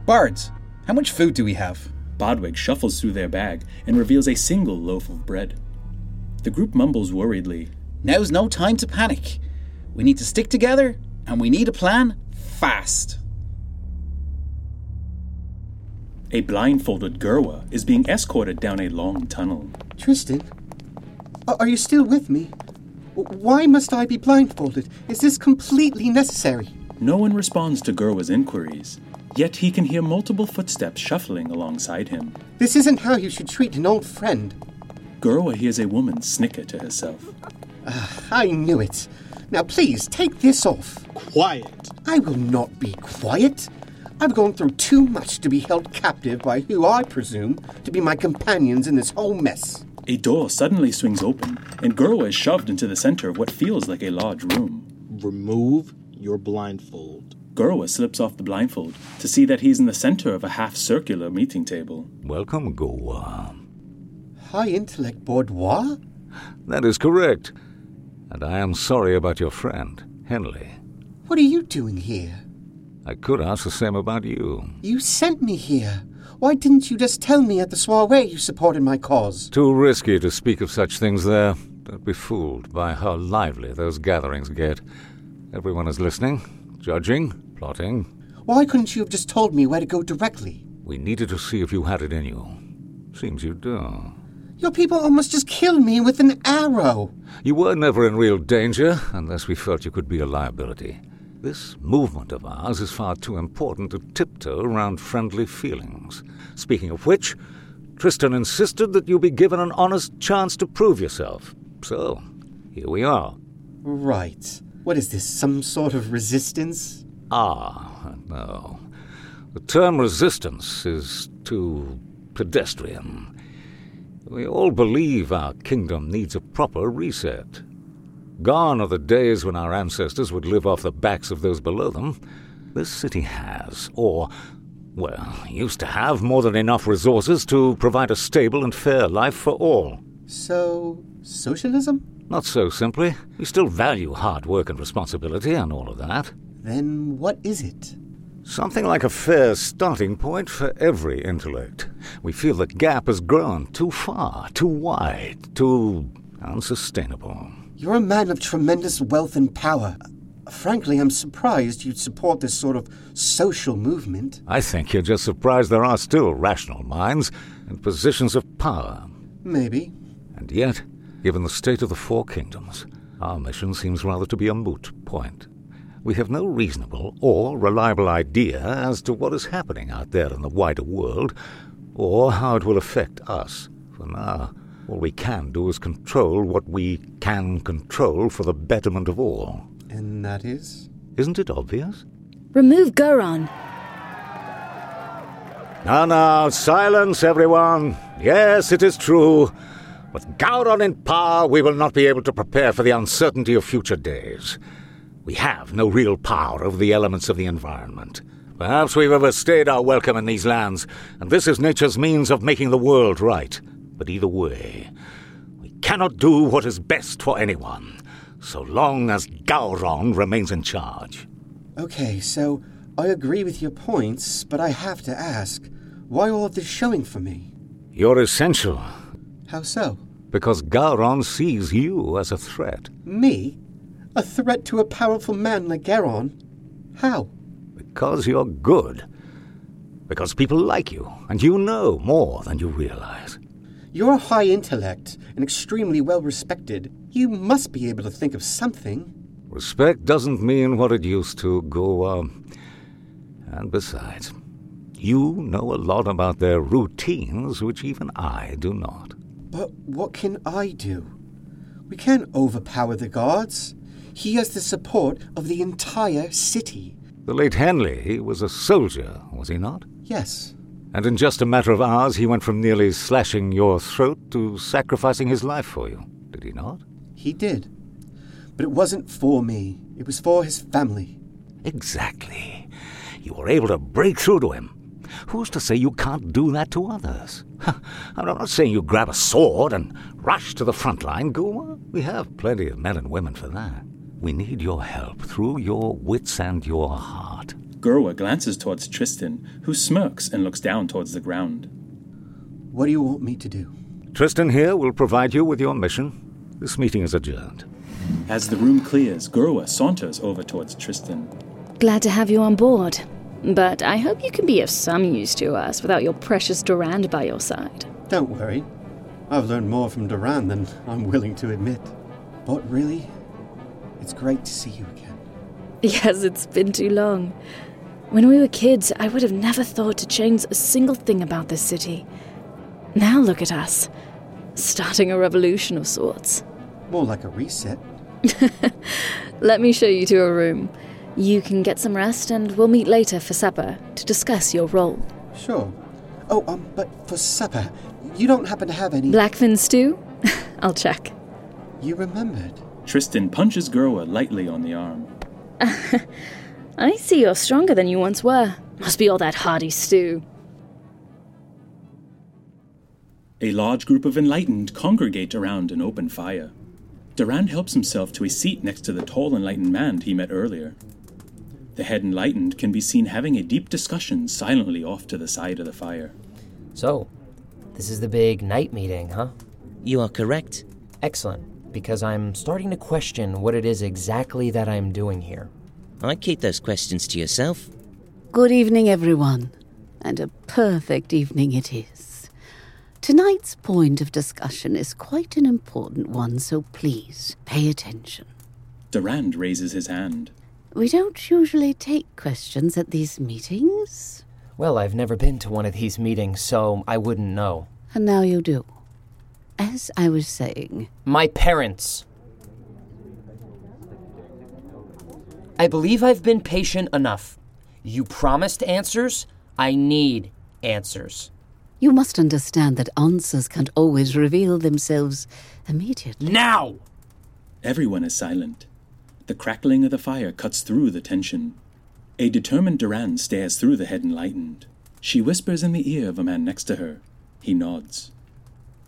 Bards, how much food do we have?
Bodwig shuffles through their bag and reveals a single loaf of bread. The group mumbles worriedly.
Now's no time to panic. We need to stick together, and we need a plan fast.
A blindfolded Gerwa is being escorted down a long tunnel.
Tristan, a- are you still with me? W- Why must I be blindfolded? Is this completely necessary?
No one responds to Gerwa's inquiries, yet he can hear multiple footsteps shuffling alongside him.
This isn't how you should treat an old friend.
Gerwa hears a woman snicker to herself.
Ah, I knew it. Now, please, take this off.
Quiet.
I will not be quiet. I've gone through too much to be held captive by who I presume to be my companions in this whole mess.
A door suddenly swings open, and Gerwa is shoved into the center of what feels like a large room.
Remove your blindfold.
Gerwa slips off the blindfold to see that he's in the center of a half circular meeting table.
Welcome, Goa.
High intellect, Boudoir?
That is correct. And I am sorry about your friend, Henley.
What are you doing here?
I could ask the same about you.
You sent me here. Why didn't you just tell me at the soiree you supported my cause?
Too risky to speak of such things there. Don't be fooled by how lively those gatherings get. Everyone is listening, judging, plotting.
Why couldn't you have just told me where to go directly?
We needed to see if you had it in you. Seems you do.
Your people almost just killed me with an arrow.
You were never in real danger unless we felt you could be a liability. This movement of ours is far too important to tiptoe around friendly feelings. Speaking of which, Tristan insisted that you be given an honest chance to prove yourself. So, here we are.
Right. What is this, some sort of resistance?
Ah, no. The term resistance is too pedestrian. We all believe our kingdom needs a proper reset. Gone are the days when our ancestors would live off the backs of those below them. This city has, or, well, used to have more than enough resources to provide a stable and fair life for all.
So, socialism?
Not so simply. We still value hard work and responsibility and all of that.
Then what is it?
Something like a fair starting point for every intellect. We feel the gap has grown too far, too wide, too unsustainable.
You're a man of tremendous wealth and power. Uh, Frankly, I'm surprised you'd support this sort of social movement.
I think you're just surprised there are still rational minds in positions of power.
Maybe.
And yet, given the state of the Four Kingdoms, our mission seems rather to be a moot point. We have no reasonable or reliable idea as to what is happening out there in the wider world, or how it will affect us. For now, all we can do is control what we can control for the betterment of all.
And that is?
Isn't it obvious?
Remove Goron.
Now, now, silence, everyone. Yes, it is true. With Gowron in power, we will not be able to prepare for the uncertainty of future days. We have no real power over the elements of the environment. Perhaps we've overstayed our welcome in these lands, and this is nature's means of making the world right. But either way, we cannot do what is best for anyone, so long as Gowron remains in charge.
Okay, so I agree with your points, but I have to ask why all of this showing for me?
You're essential,
How so?
because Gowron sees you as a threat.
Me? A threat to a powerful man like Garon? How?
Because you're good. Because people like you, and you know more than you realize.
You're high intellect and extremely well respected. You must be able to think of something.
Respect doesn't mean what it used to, Goa. And besides, you know a lot about their routines, which even I do not.
But what can I do? We can't overpower the guards. He has the support of the entire city.
The late Henley was a soldier, was he not?
Yes.
And in just a matter of hours, he went from nearly slashing your throat to sacrificing his life for you, did he not?
He did. But it wasn't for me, it was for his family.
Exactly. You were able to break through to him. Who's to say you can't do that to others? I'm not saying you grab a sword and rush to the front line, Guma. We have plenty of men and women for that. We need your help through your wits and your heart.
Gerwa glances towards Tristan, who smirks and looks down towards the ground.
What do you want me to do?
Tristan here will provide you with your mission. This meeting is adjourned.
As the room clears, Gerwa saunters over towards Tristan.
Glad to have you on board. But I hope you can be of some use to us without your precious Durand by your side.
Don't worry. I've learned more from Durand than I'm willing to admit. But really, it's great to see you again.
Yes, it's been too long. When we were kids, I would have never thought to change a single thing about this city. Now look at us, starting a revolution of sorts.
More like a reset.
Let me show you to a room. You can get some rest, and we'll meet later for supper to discuss your role.
Sure. Oh, um, but for supper, you don't happen to have any.
Blackfin stew? I'll check.
You remembered.
Tristan punches Gerwa lightly on the arm.
I see you're stronger than you once were. Must be all that hearty stew.
A large group of enlightened congregate around an open fire. Durand helps himself to a seat next to the tall enlightened man he met earlier. The head enlightened can be seen having a deep discussion silently off to the side of the fire.
So, this is the big night meeting, huh?
You are correct.
Excellent, because I'm starting to question what it is exactly that I'm doing here.
I keep those questions to yourself.
Good evening, everyone, and a perfect evening it is. Tonight's point of discussion is quite an important one, so please pay attention.
Durand raises his hand.
We don't usually take questions at these meetings,
Well, I've never been to one of these meetings, so I wouldn't know.
and now you do. As I was saying,
My parents. I believe I've been patient enough. You promised answers. I need answers.
you must understand that answers can't always reveal themselves immediately.
Now!
Everyone is silent. The crackling of the fire cuts through the tension. A determined Duran stares through the head enlightened. She whispers in the ear of a man next to her. He nods.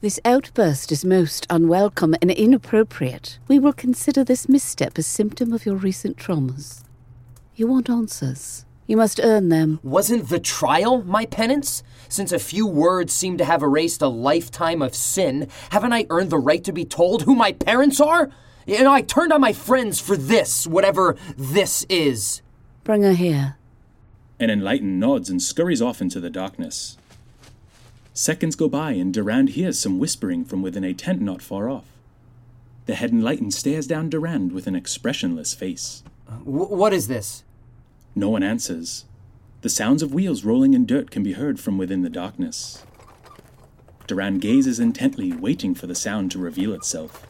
This outburst is most unwelcome and inappropriate. We will consider this misstep a symptom of your recent traumas. You want answers. You must earn them.
Wasn't the trial my penance? Since a few words seem to have erased a lifetime of sin, haven't I earned the right to be told who my parents are? You know, I turned on my friends for this, whatever this is.
Bring her here.
An enlightened nods and scurries off into the darkness. Seconds go by and Durand hears some whispering from within a tent not far off. The head enlightened stares down Durand with an expressionless face.
W- what is this?
No one answers. The sounds of wheels rolling in dirt can be heard from within the darkness. Duran gazes intently, waiting for the sound to reveal itself.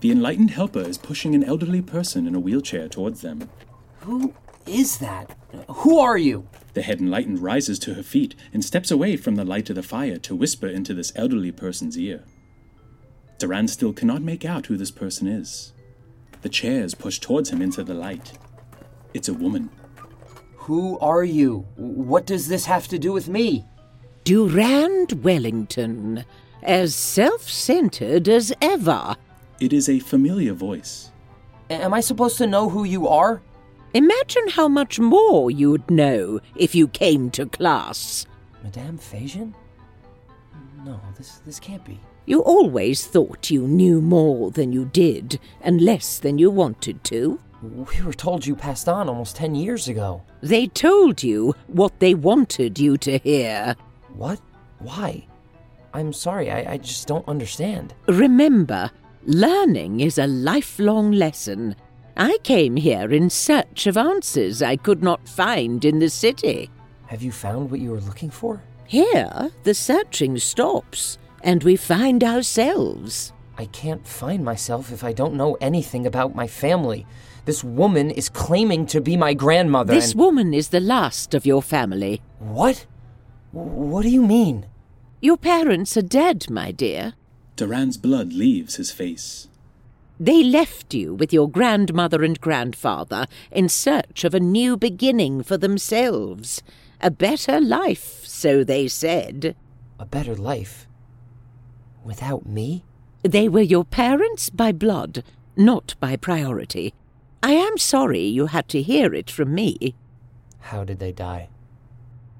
The enlightened helper is pushing an elderly person in a wheelchair towards them.
Who is that? Who are you?
The head enlightened rises to her feet and steps away from the light of the fire to whisper into this elderly person's ear. Duran still cannot make out who this person is. The chair is pushed towards him into the light. It's a woman.
Who are you? What does this have to do with me?
Durand Wellington, as self centered as ever.
It is a familiar voice.
Am I supposed to know who you are?
Imagine how much more you'd know if you came to class.
Madame Phasian? No, this this can't be.
You always thought you knew more than you did, and less than you wanted to.
We were told you passed on almost 10 years ago.
They told you what they wanted you to hear.
What? Why? I'm sorry, I, I just don't understand.
Remember, learning is a lifelong lesson. I came here in search of answers I could not find in the city.
Have you found what you were looking for?
Here, the searching stops, and we find ourselves.
I can't find myself if I don't know anything about my family. This woman is claiming to be my grandmother.
This
and-
woman is the last of your family.
What? What do you mean?
Your parents are dead, my dear.
Duran's blood leaves his face.
They left you with your grandmother and grandfather in search of a new beginning for themselves. A better life, so they said.
A better life? Without me?
They were your parents by blood, not by priority. I am sorry you had to hear it from me.
How did they die?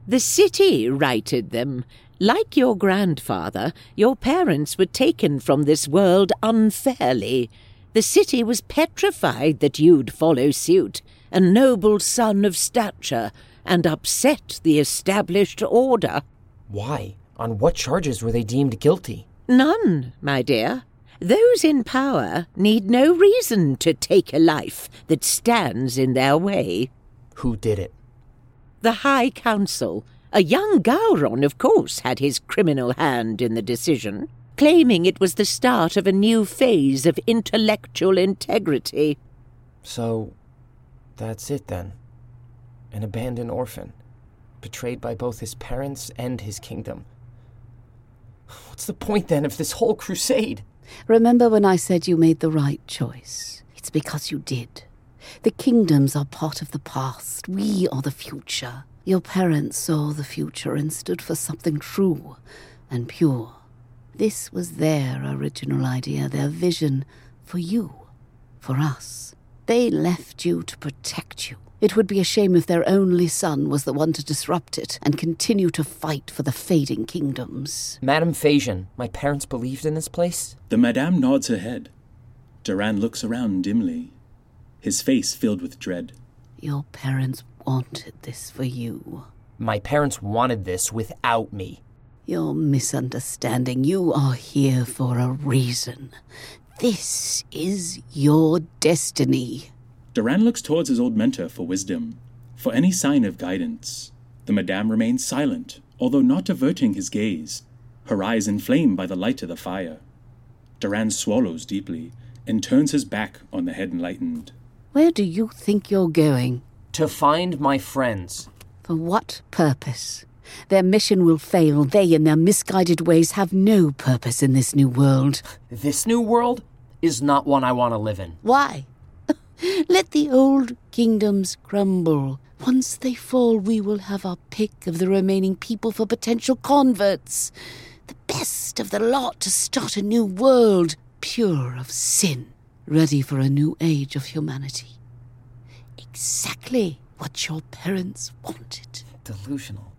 The city righted them. Like your grandfather, your parents were taken from this world unfairly. The city was petrified that you'd follow suit, a noble son of stature, and upset the established order.
Why? On what charges were they deemed guilty?
None, my dear. Those in power need no reason to take a life that stands in their way.
Who did it?
The High Council. A young Gowron, of course, had his criminal hand in the decision, claiming it was the start of a new phase of intellectual integrity.
So, that's it then. An abandoned orphan, betrayed by both his parents and his kingdom. What's the point then of this whole crusade?
Remember when I said you made the right choice? It's because you did. The kingdoms are part of the past. We are the future. Your parents saw the future and stood for something true and pure. This was their original idea, their vision for you, for us. They left you to protect you. It would be a shame if their only son was the one to disrupt it and continue to fight for the fading kingdoms.
Madame Phasian, my parents believed in this place?
The Madame nods her head. Duran looks around dimly, his face filled with dread.
Your parents wanted this for you.
My parents wanted this without me.
You're misunderstanding. You are here for a reason. This is your destiny.
Duran looks towards his old mentor for wisdom, for any sign of guidance. The Madame remains silent, although not averting his gaze, her eyes inflamed by the light of the fire. Duran swallows deeply and turns his back on the head enlightened.
Where do you think you're going?
To find my friends.
For what purpose? Their mission will fail. They, in their misguided ways, have no purpose in this new world.
This new world is not one I want to live in.
Why? Let the old kingdoms crumble. Once they fall, we will have our pick of the remaining people for potential converts. The best of the lot to start a new world, pure of sin, ready for a new age of humanity. Exactly what your parents wanted.
Delusional.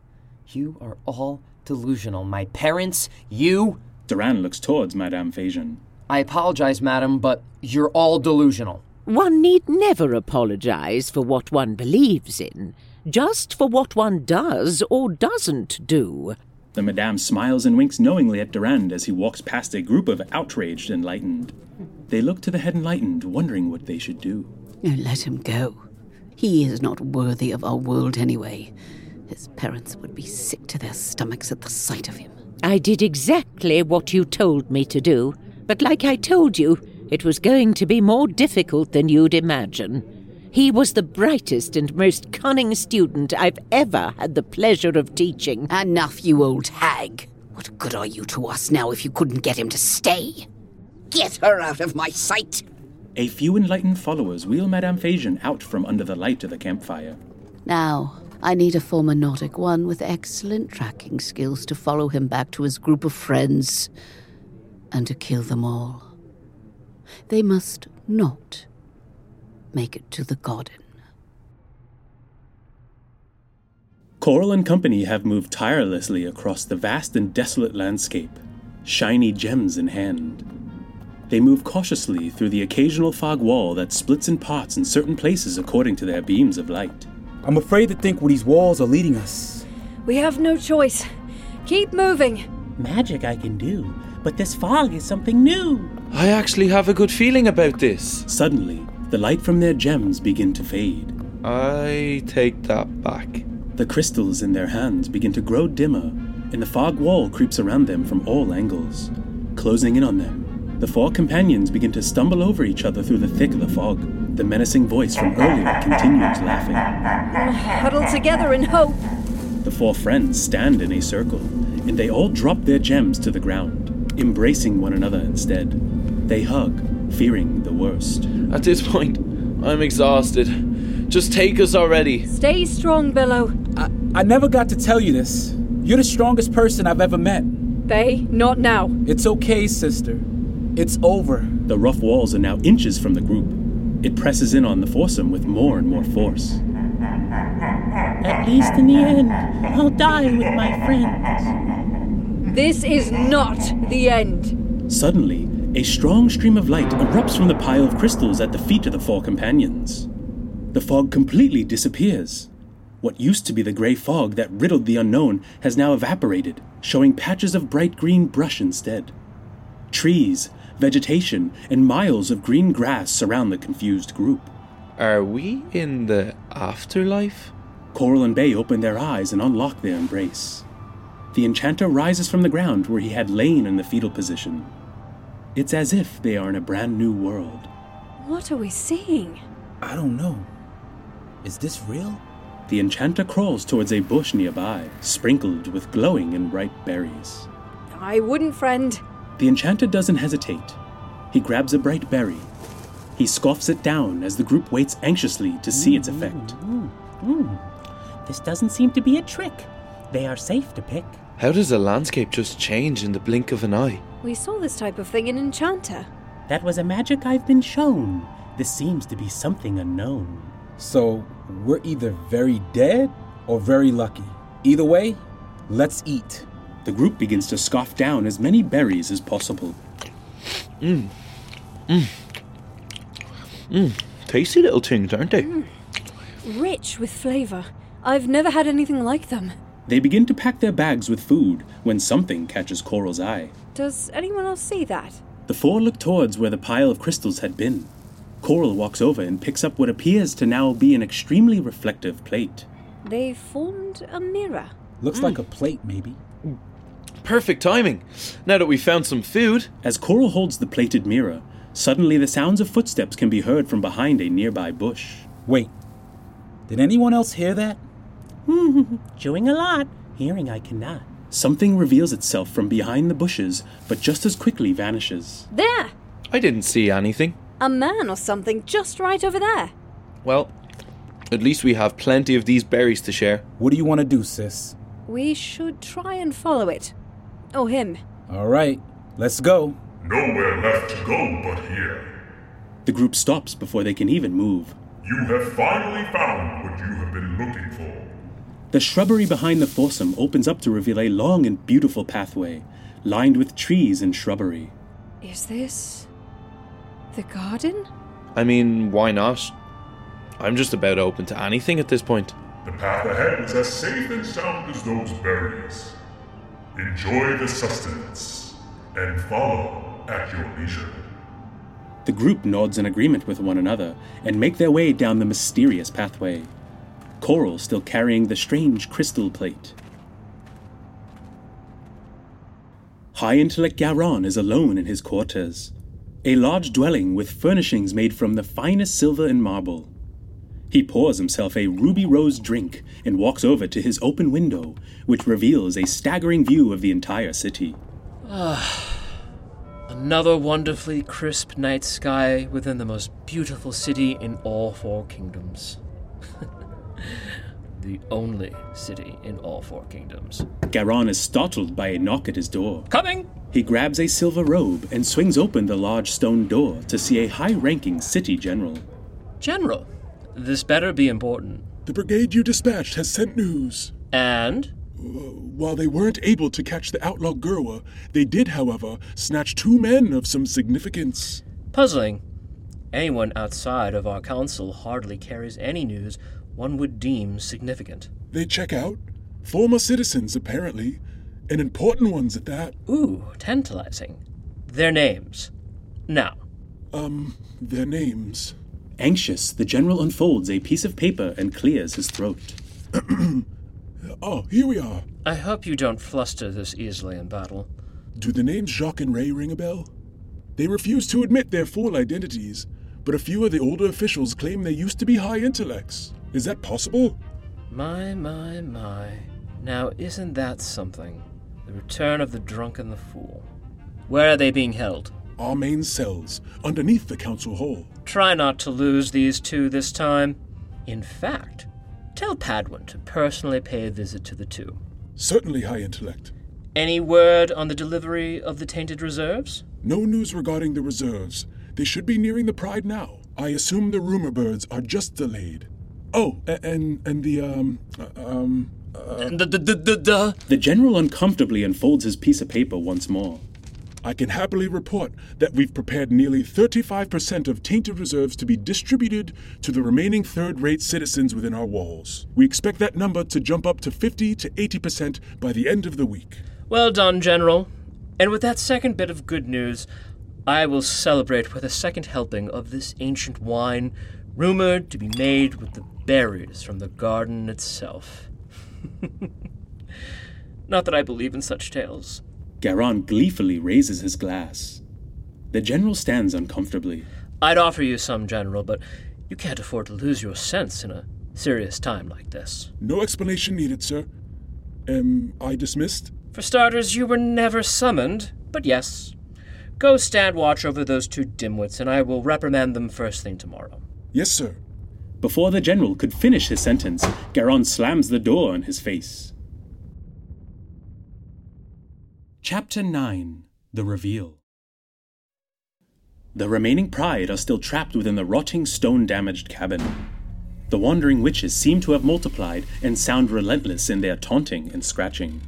You are all delusional. My parents, you.
Duran looks towards Madame Phasian.
I apologize, madam, but you're all delusional.
One need never apologize for what one believes in, just for what one does or doesn't do.
The Madame smiles and winks knowingly at Durand as he walks past a group of outraged enlightened. They look to the head enlightened, wondering what they should do.
No, let him go. He is not worthy of our world anyway. His parents would be sick to their stomachs at the sight of him.
I did exactly what you told me to do, but like I told you, it was going to be more difficult than you'd imagine. He was the brightest and most cunning student I've ever had the pleasure of teaching.
Enough, you old hag! What good are you to us now if you couldn't get him to stay? Get her out of my sight!
A few enlightened followers wheel Madame Phasian out from under the light of the campfire.
Now, I need a former Nordic one with excellent tracking skills to follow him back to his group of friends and to kill them all they must not make it to the garden.
Coral and company have moved tirelessly across the vast and desolate landscape, shiny gems in hand. They move cautiously through the occasional fog wall that splits in parts in certain places according to their beams of light.
I'm afraid to think where these walls are leading us.
We have no choice. Keep moving.
magic I can do, but this fog is something new.
I actually have a good feeling about this. Suddenly, the light from their gems begin to fade. I take that back. The crystals in their hands begin to grow dimmer, and the fog wall creeps around them from all angles. Closing in on them, the four companions begin to stumble over each other through the thick of the fog. The menacing voice from earlier continues laughing.
Huddle together in hope.
The four friends stand in a circle, and they all drop their gems to the ground, embracing one another instead. They hug, fearing the worst.
At this point, I'm exhausted. Just take us already.
Stay strong, Billow.
I never got to tell you this. You're the strongest person I've ever met.
They, not now.
It's okay, sister. It's over.
The rough walls are now inches from the group. It presses in on the foursome with more and more force.
At least in the end, I'll die with my friends.
This is not the end.
Suddenly, a strong stream of light erupts from the pile of crystals at the feet of the four companions. The fog completely disappears. What used to be the gray fog that riddled the unknown has now evaporated, showing patches of bright green brush instead. Trees, vegetation, and miles of green grass surround the confused group.
Are we in the afterlife?
Coral and Bay open their eyes and unlock their embrace. The enchanter rises from the ground where he had lain in the fetal position. It's as if they are in a brand new world.
What are we seeing?
I don't know. Is this real?
The enchanter crawls towards a bush nearby, sprinkled with glowing and ripe berries.
I wouldn't, friend.
The enchanter doesn't hesitate. He grabs a bright berry. He scoffs it down as the group waits anxiously to see its effect.
Mm, mm. This doesn't seem to be a trick. They are safe to pick.
How does the landscape just change in the blink of an eye?
We saw this type of thing in Enchanter.
That was a magic I've been shown. This seems to be something unknown.
So, we're either very dead or very lucky. Either way, let's eat.
The group begins to scoff down as many berries as possible.
Mmm. Mmm. Mmm. Tasty little things, aren't
Hmm.
they?
Rich with flavor. I've never had anything like them.
They begin to pack their bags with food when something catches Coral's eye.
Does anyone else see that?
The four look towards where the pile of crystals had been. Coral walks over and picks up what appears to now be an extremely reflective plate.
They formed a mirror.
Looks like a plate, maybe.
Hmm. Perfect timing. Now that we've found some food.
As Coral holds the plated mirror, suddenly the sounds of footsteps can be heard from behind a nearby bush.
Wait. Did anyone else hear that?
Chewing a lot, hearing I cannot.
Something reveals itself from behind the bushes, but just as quickly vanishes.
There!
I didn't see anything.
A man or something just right over there.
Well, at least we have plenty of these berries to share.
What do you want to do, sis?
We should try and follow it. Or him.
All right, let's go.
Nowhere left to go but here.
The group stops before they can even move.
You have finally found what you have been looking for.
The shrubbery behind the foursome opens up to reveal a long and beautiful pathway, lined with trees and shrubbery.
Is this. the garden?
I mean, why not? I'm just about open to anything at this point.
The path ahead is as safe and sound as those berries. Enjoy the sustenance and follow at your leisure.
The group nods in agreement with one another and make their way down the mysterious pathway. Coral still carrying the strange crystal plate. High intellect Garon is alone in his quarters, a large dwelling with furnishings made from the finest silver and marble. He pours himself a ruby rose drink and walks over to his open window, which reveals a staggering view of the entire city.
Ah, Another wonderfully crisp night sky within the most beautiful city in all four kingdoms. the only city in all four kingdoms.
Garon is startled by a knock at his door.
Coming!
He grabs a silver robe and swings open the large stone door to see a high ranking city general.
General, this better be important.
The brigade you dispatched has sent news. Uh,
And?
While they weren't able to catch the outlaw Gerwa, they did, however, snatch two men of some significance.
Puzzling. Anyone outside of our council hardly carries any news one would deem significant.
They check out. Former citizens, apparently. and important ones at that.
Ooh, tantalizing. Their names. Now.
Um, their names.
Anxious, the general unfolds a piece of paper and clears his throat.
Oh, here we are.
I hope you don't fluster this easily in battle.
Do the names Jacques and Ray ring a bell? They refuse to admit their full identities, but a few of the older officials claim they used to be high intellects. Is that possible?
My, my, my. Now, isn't that something? The return of the drunk and the fool. Where are they being held?
Our main cells, underneath the council hall.
Try not to lose these two this time. In fact, tell Padwin to personally pay a visit to the two.
Certainly high intellect.
Any word on the delivery of the tainted reserves?
No news regarding the reserves. They should be nearing the Pride now. I assume the rumor birds are just delayed. Oh, a- and and the um uh, um uh,
The, the, the, the, the. general uncomfortably unfolds his piece of paper once more.
I can happily report that we've prepared nearly 35% of tainted reserves to be distributed to the remaining third rate citizens within our walls. We expect that number to jump up to 50 to 80% by the end of the week.
Well done, General. And with that second bit of good news, I will celebrate with a second helping of this ancient wine, rumored to be made with the berries from the garden itself. Not that I believe in such tales.
Garon gleefully raises his glass. The general stands uncomfortably.
I'd offer you some, General, but you can't afford to lose your sense in a serious time like this.
No explanation needed, sir. Am I dismissed?
For starters, you were never summoned, but yes. Go stand watch over those two dimwits, and I will reprimand them first thing tomorrow.
Yes, sir.
Before the general could finish his sentence, Garon slams the door in his face.
Chapter 9 The Reveal
The remaining pride are still trapped within the rotting, stone damaged cabin. The wandering witches seem to have multiplied and sound relentless in their taunting and scratching.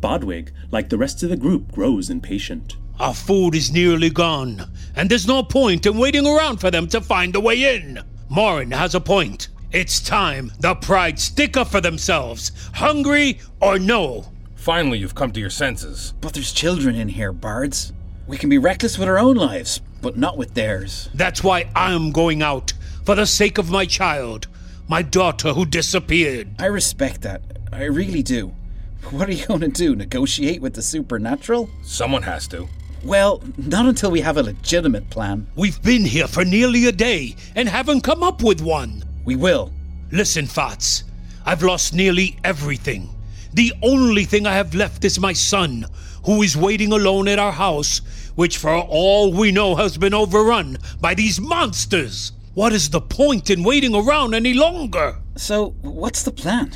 Bodwig, like the rest of the group, grows impatient.
Our food is nearly gone, and there's no point in waiting around for them to find a way in. Morin has a point. It's time the pride stick up for themselves, hungry or no.
Finally, you've come to your senses.
But there's children in here, bards. We can be reckless with our own lives, but not with theirs.
That's why I'm going out, for the sake of my child, my daughter who disappeared.
I respect that. I really do. What are you going to do? Negotiate with the supernatural?
Someone has to.
Well, not until we have a legitimate plan.
We've been here for nearly a day and haven't come up with one.
We will.
Listen, Fats. I've lost nearly everything. The only thing I have left is my son, who is waiting alone at our house, which for all we know has been overrun by these monsters. What is the point in waiting around any longer?
So, what's the plan?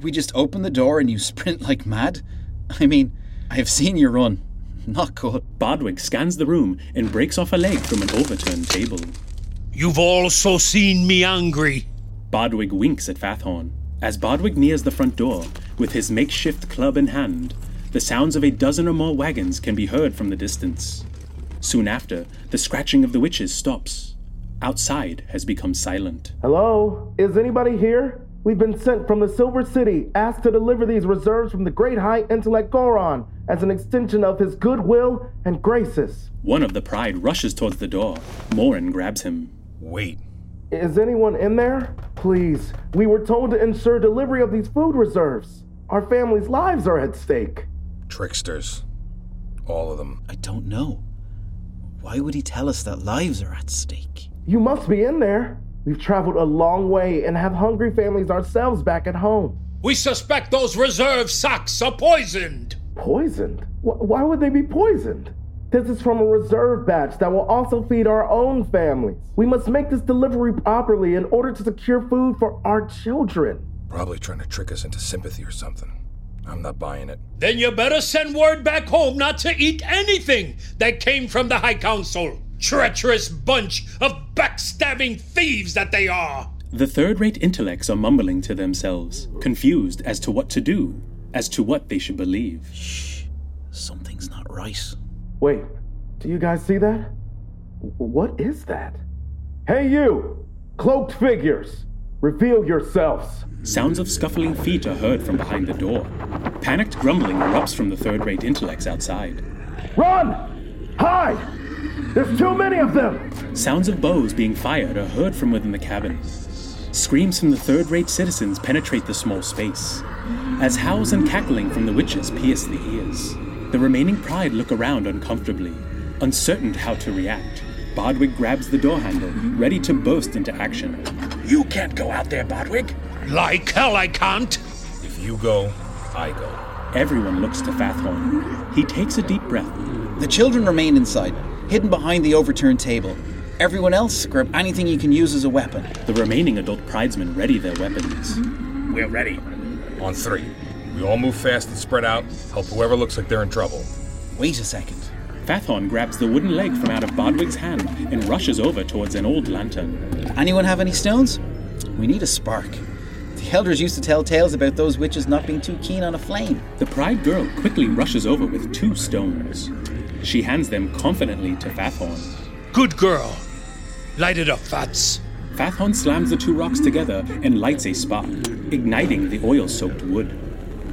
We just open the door and you sprint like mad? I mean, I've seen you run. Not good.
Bodwig scans the room and breaks off a leg from an overturned table.
You've also seen me angry.
Bodwig winks at Fathorn. As Bodwig nears the front door, with his makeshift club in hand, the sounds of a dozen or more wagons can be heard from the distance. Soon after, the scratching of the witches stops. Outside has become silent.
Hello? Is anybody here? We've been sent from the Silver City, asked to deliver these reserves from the great high intellect Goron as an extension of his goodwill and graces.
One of the pride rushes towards the door. Morin grabs him.
Wait.
Is anyone in there? Please, we were told to ensure delivery of these food reserves. Our families' lives are at stake.
Tricksters. All of them.
I don't know. Why would he tell us that lives are at stake?
You must be in there. We've traveled a long way and have hungry families ourselves back at home.
We suspect those reserve sacks are poisoned.
Poisoned? Wh- why would they be poisoned? This is from a reserve batch that will also feed our own families. We must make this delivery properly in order to secure food for our children.
Probably trying to trick us into sympathy or something. I'm not buying it.
Then you better send word back home not to eat anything that came from the High Council. Treacherous bunch of backstabbing thieves that they are.
The third rate intellects are mumbling to themselves, confused as to what to do, as to what they should believe. Shh,
something's not right.
Wait, do you guys see that? W- What is that? Hey, you! Cloaked figures! Reveal yourselves!
Sounds of scuffling feet are heard from behind the door. Panicked grumbling erupts from the third rate intellects outside.
Run! Hide! There's too many of them!
Sounds of bows being fired are heard from within the cabin. Screams from the third rate citizens penetrate the small space, as howls and cackling from the witches pierce the ears. The remaining pride look around uncomfortably, uncertain how to react. Bodwig grabs the door handle, ready to burst into action.
You can't go out there, Bodwig.
Like hell, I can't.
If you go, I go.
Everyone looks to Fathorn. He takes a deep breath.
The children remain inside, hidden behind the overturned table. Everyone else, grab anything you can use as a weapon.
The remaining adult pridesmen ready their weapons.
We're ready. On three. We all move fast and spread out, help whoever looks like they're in trouble.
Wait a second.
Fathorn grabs the wooden leg from out of Bodwig's hand and rushes over towards an old lantern.
Anyone have any stones? We need a spark. The elders used to tell tales about those witches not being too keen on a flame.
The Pride Girl quickly rushes over with two stones. She hands them confidently to Fathorn.
Good girl. Light it up, Fats.
Fathorn slams the two rocks together and lights a spark, igniting the oil soaked wood.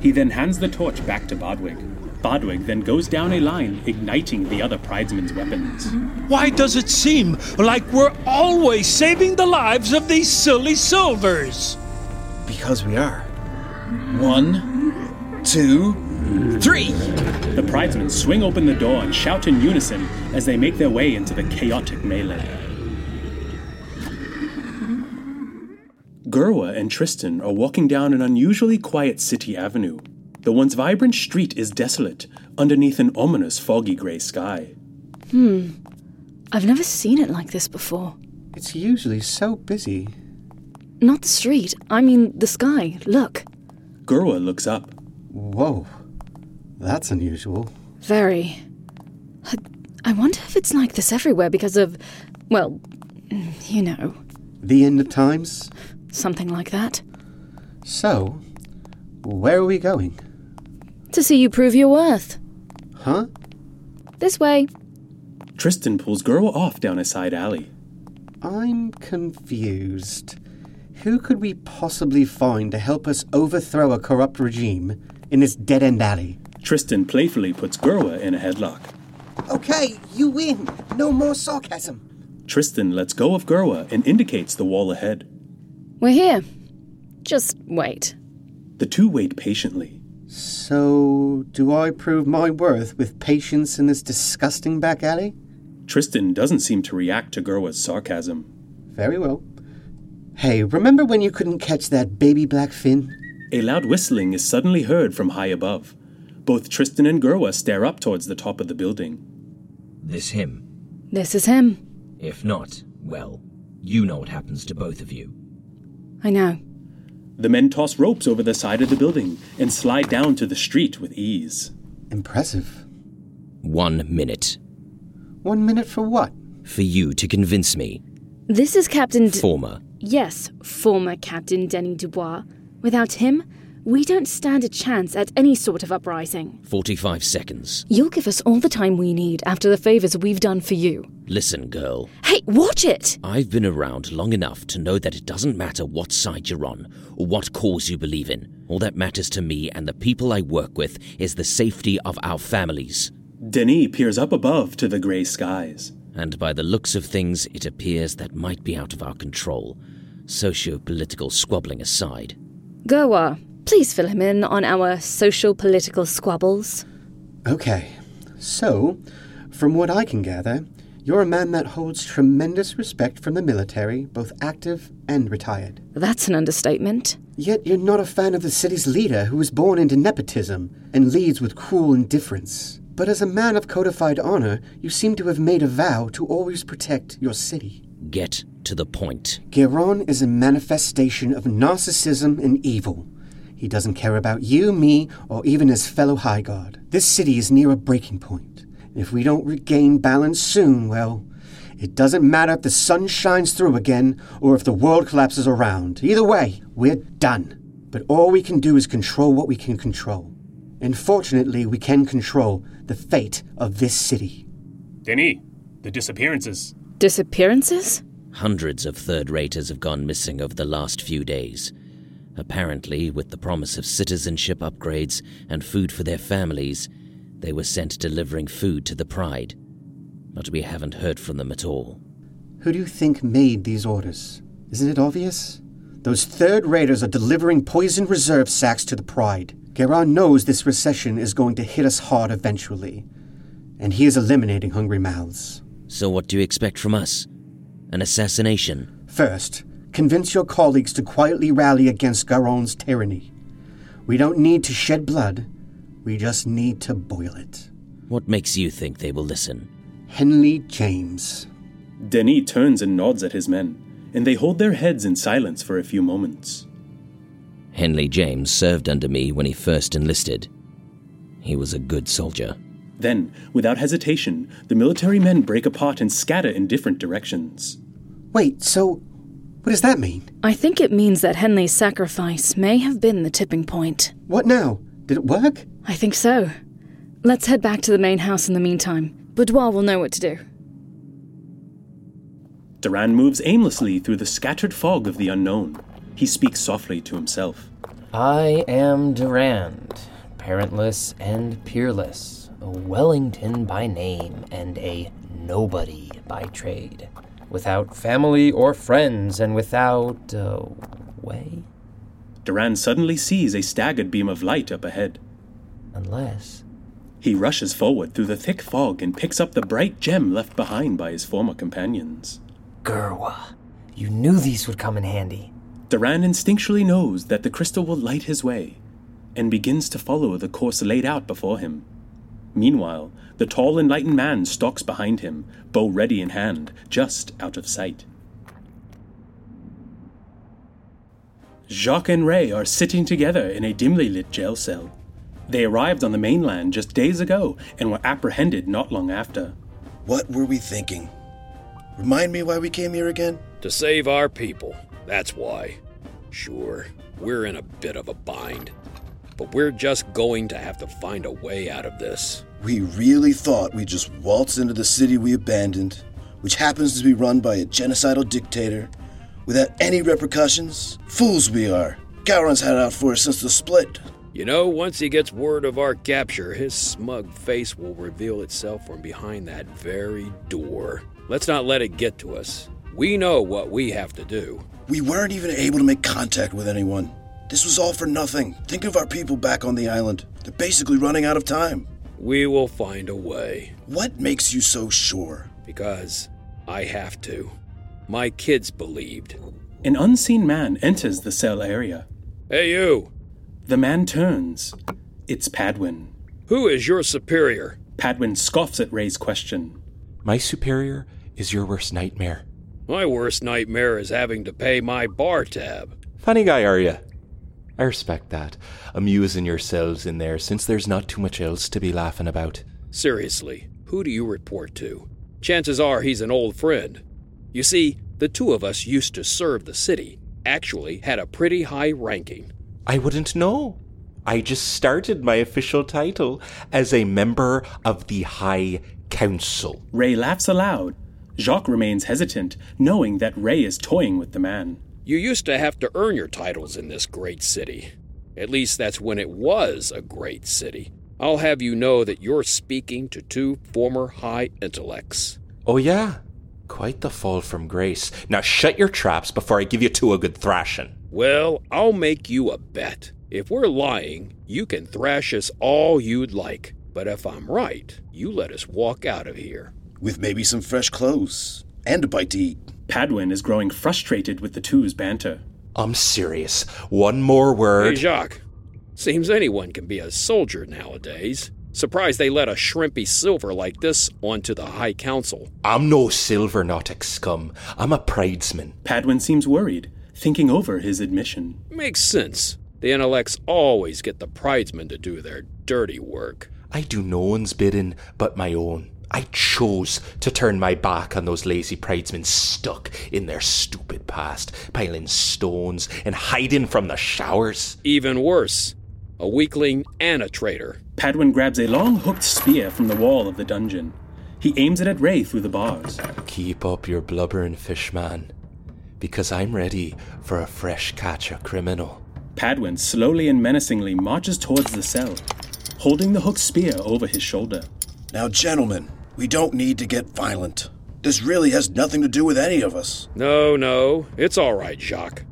He then hands the torch back to Bodwig. Bodwig then goes down a line, igniting the other pridesmen's weapons.
Why does it seem like we're always saving the lives of these silly silvers?
Because we are. One, two, three!
The pridesmen swing open the door and shout in unison as they make their way into the chaotic melee. Gerwa and Tristan are walking down an unusually quiet city avenue. The once vibrant street is desolate, underneath an ominous foggy grey sky.
Hmm. I've never seen it like this before.
It's usually so busy.
Not the street, I mean the sky. Look.
Gerwa looks up.
Whoa. That's unusual.
Very. I, I wonder if it's like this everywhere because of, well, you know.
The end of times?
Something like that.
So, where are we going?
To see you prove your worth.
Huh?
This way.
Tristan pulls Gerwa off down a side alley.
I'm confused. Who could we possibly find to help us overthrow a corrupt regime in this dead end alley?
Tristan playfully puts Gerwa in a headlock.
Okay, you win. No more sarcasm.
Tristan lets go of Gerwa and indicates the wall ahead.
We're here. Just wait.
The two wait patiently.
So, do I prove my worth with patience in this disgusting back alley?
Tristan doesn't seem to react to Gerwa's sarcasm.
Very well. Hey, remember when you couldn't catch that baby black fin?
A loud whistling is suddenly heard from high above. Both Tristan and Gerwa stare up towards the top of the building.
This him.
This is him.
If not, well, you know what happens to both of you.
I know.
The men toss ropes over the side of the building and slide down to the street with ease.
Impressive.
One minute.
One minute for what?
For you to convince me.
This is Captain. D-
former.
Yes, former Captain Denny Dubois. Without him, we don't stand a chance at any sort of uprising.
45 seconds.
You'll give us all the time we need after the favors we've done for you.
Listen, girl.
Hey, watch it!
I've been around long enough to know that it doesn't matter what side you're on or what cause you believe in. All that matters to me and the people I work with is the safety of our families.
Denis peers up above to the grey skies.
And by the looks of things, it appears that might be out of our control, socio political squabbling aside.
Goa, please fill him in on our social political squabbles.
Okay, so, from what I can gather, you're a man that holds tremendous respect from the military, both active and retired.
That's an understatement.
Yet you're not a fan of the city's leader who was born into nepotism and leads with cruel indifference. But as a man of codified honor, you seem to have made a vow to always protect your city.
Get to the point.
Giron is a manifestation of narcissism and evil. He doesn't care about you, me, or even his fellow High Guard. This city is near a breaking point. If we don't regain balance soon, well, it doesn't matter if the sun shines through again or if the world collapses around. Either way, we're done. But all we can do is control what we can control. And fortunately, we can control the fate of this city.
Denis, the disappearances.
Disappearances?
Hundreds of third raters have gone missing over the last few days. Apparently, with the promise of citizenship upgrades and food for their families, they were sent delivering food to the Pride. But we haven't heard from them at all.
Who do you think made these orders? Isn't it obvious? Those third raiders are delivering poison reserve sacks to the Pride. Geron knows this recession is going to hit us hard eventually, and he is eliminating hungry mouths.
So, what do you expect from us? An assassination?
First, convince your colleagues to quietly rally against Garon's tyranny. We don't need to shed blood, we just need to boil it.
What makes you think they will listen?
Henley James.
Denis turns and nods at his men, and they hold their heads in silence for a few moments.
Henley James served under me when he first enlisted. He was a good soldier.
Then, without hesitation, the military men break apart and scatter in different directions.
Wait, so what does that mean?
I think it means that Henley's sacrifice may have been the tipping point.
What now? Did it work?
I think so. Let's head back to the main house in the meantime. Boudoir will know what to do.
Duran moves aimlessly through the scattered fog of the unknown. He speaks softly to himself.
I am Durand, parentless and peerless, a Wellington by name and a nobody by trade, without family or friends and without uh, way.
Duran suddenly sees a staggered beam of light up ahead.
Unless.
He rushes forward through the thick fog and picks up the bright gem left behind by his former companions.
Gerwa, you knew these would come in handy.
Duran instinctually knows that the crystal will light his way and begins to follow the course laid out before him. Meanwhile, the tall, enlightened man stalks behind him, bow ready in hand, just out of sight. Jacques and Ray are sitting together in a dimly lit jail cell. They arrived on the mainland just days ago and were apprehended not long after.
What were we thinking? Remind me why we came here again?
To save our people, that's why. Sure, we're in a bit of a bind, but we're just going to have to find a way out of this.
We really thought we just waltz into the city we abandoned, which happens to be run by a genocidal dictator, without any repercussions? Fools we are. Gowron's had out for us since the split.
You know, once he gets word of our capture, his smug face will reveal itself from behind that very door. Let's not let it get to us. We know what we have to do.
We weren't even able to make contact with anyone. This was all for nothing. Think of our people back on the island. They're basically running out of time.
We will find a way.
What makes you so sure?
Because I have to. My kids believed.
An unseen man enters the cell area.
Hey, you!
The man turns. It's Padwin.
Who is your superior?
Padwin scoffs at Ray's question.
My superior is your worst nightmare.
My worst nightmare is having to pay my bar tab.
Funny guy, are you? I respect that. Amusing yourselves in there since there's not too much else to be laughing about.
Seriously, who do you report to? Chances are he's an old friend. You see, the two of us used to serve the city, actually, had a pretty high ranking.
I wouldn't know. I just started my official title as a member of the High Council.
Ray laughs aloud. Jacques remains hesitant, knowing that Ray is toying with the man.
You used to have to earn your titles in this great city. At least that's when it was a great city. I'll have you know that you're speaking to two former high intellects.
Oh, yeah? Quite the fall from grace. Now shut your traps before I give you two a good thrashing.
Well, I'll make you a bet. If we're lying, you can thrash us all you'd like. But if I'm right, you let us walk out of here.
With maybe some fresh clothes and a bite to eat.
Padwin is growing frustrated with the two's banter.
I'm serious. One more word.
Hey, Jacques. Seems anyone can be a soldier nowadays. Surprised they let a shrimpy silver like this onto the High Council.
I'm no silver nautic scum. I'm a pridesman.
Padwin seems worried, thinking over his admission.
Makes sense. The intellects always get the pridesmen to do their dirty work.
I do no one's bidding but my own. I chose to turn my back on those lazy pridesmen stuck in their stupid past, piling stones and hiding from the showers.
Even worse, a weakling and a traitor.
Padwin grabs a long hooked spear from the wall of the dungeon. He aims it at Ray through the bars.
Keep up your blubbering, fishman, because I'm ready for a fresh catch of criminal.
Padwin slowly and menacingly marches towards the cell, holding the hooked spear over his shoulder.
Now, gentlemen, we don't need to get violent. This really has nothing to do with any of us.
No, no, it's all right, Jacques.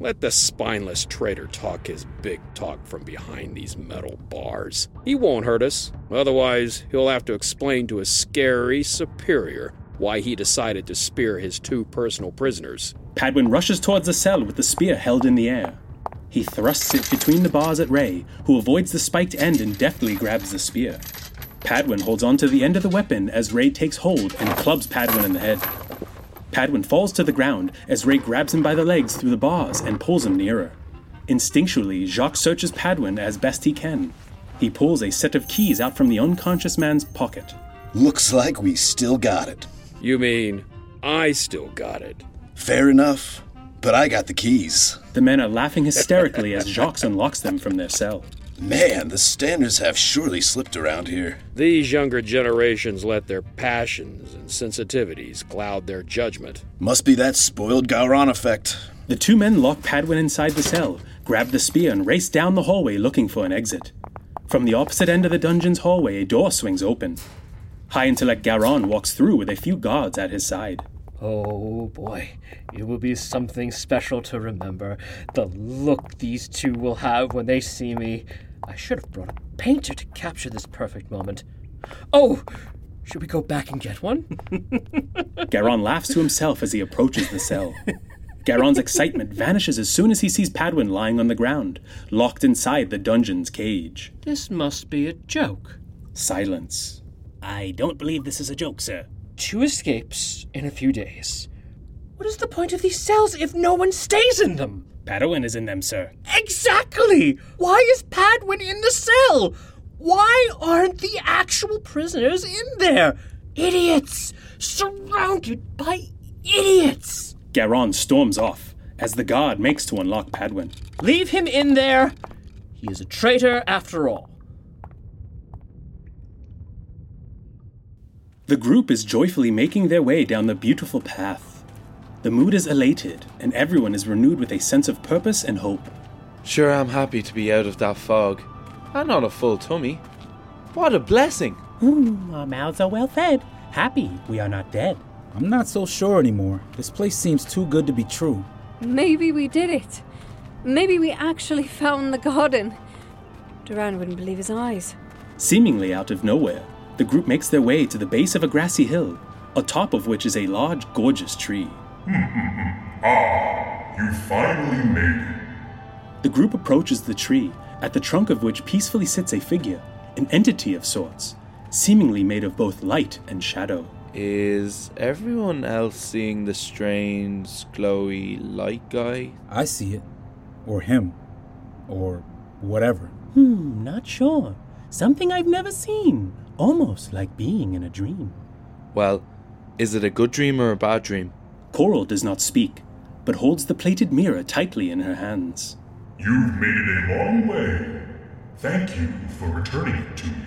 Let the spineless traitor talk his big talk from behind these metal bars. He won't hurt us. Otherwise, he'll have to explain to his scary superior why he decided to spear his two personal prisoners.
Padwin rushes towards the cell with the spear held in the air. He thrusts it between the bars at Ray, who avoids the spiked end and deftly grabs the spear. Padwin holds on to the end of the weapon as Ray takes hold and clubs Padwin in the head. Padwin falls to the ground as Ray grabs him by the legs through the bars and pulls him nearer. Instinctually, Jacques searches Padwin as best he can. He pulls a set of keys out from the unconscious man's pocket.
Looks like we still got it.
You mean I still got it?
Fair enough, but I got the keys.
The men are laughing hysterically as Jacques unlocks them from their cell.
Man, the standards have surely slipped around here.
These younger generations let their passions and sensitivities cloud their judgment.
Must be that spoiled Gowron effect.
The two men lock Padwin inside the cell, grab the spear, and race down the hallway looking for an exit. From the opposite end of the dungeon's hallway, a door swings open. High intellect Garon walks through with a few guards at his side.
Oh boy, it will be something special to remember. The look these two will have when they see me. I should have brought a painter to capture this perfect moment. Oh, should we go back and get one?
Garon laughs to himself as he approaches the cell. Garon's excitement vanishes as soon as he sees Padwin lying on the ground, locked inside the dungeon's cage.
This must be a joke.
Silence.
I don't believe this is a joke, sir.
Two escapes in a few days. What is the point of these cells if no one stays in them?
Padwin is in them, sir.
Exactly! Why is Padwin in the cell? Why aren't the actual prisoners in there? Idiots! Surrounded by idiots!
Garon storms off as the guard makes to unlock Padwin.
Leave him in there! He is a traitor after all.
The group is joyfully making their way down the beautiful path. The mood is elated, and everyone is renewed with a sense of purpose and hope.
Sure, I'm happy to be out of that fog. And on a full tummy. What a blessing!
Ooh, our mouths are well fed. Happy we are not dead.
I'm not so sure anymore. This place seems too good to be true.
Maybe we did it. Maybe we actually found the garden. Duran wouldn't believe his eyes.
Seemingly out of nowhere, the group makes their way to the base of a grassy hill, atop of which is a large, gorgeous tree.
ah, you finally made it.
The group approaches the tree, at the trunk of which peacefully sits a figure, an entity of sorts, seemingly made of both light and shadow.
Is everyone else seeing the strange, glowy light guy?
I see it. Or him. Or whatever.
Hmm, not sure. Something I've never seen almost like being in a dream.
Well, is it a good dream or a bad dream?
Coral does not speak, but holds the plated mirror tightly in her hands.
You've made it a long way. Thank you for returning it to me.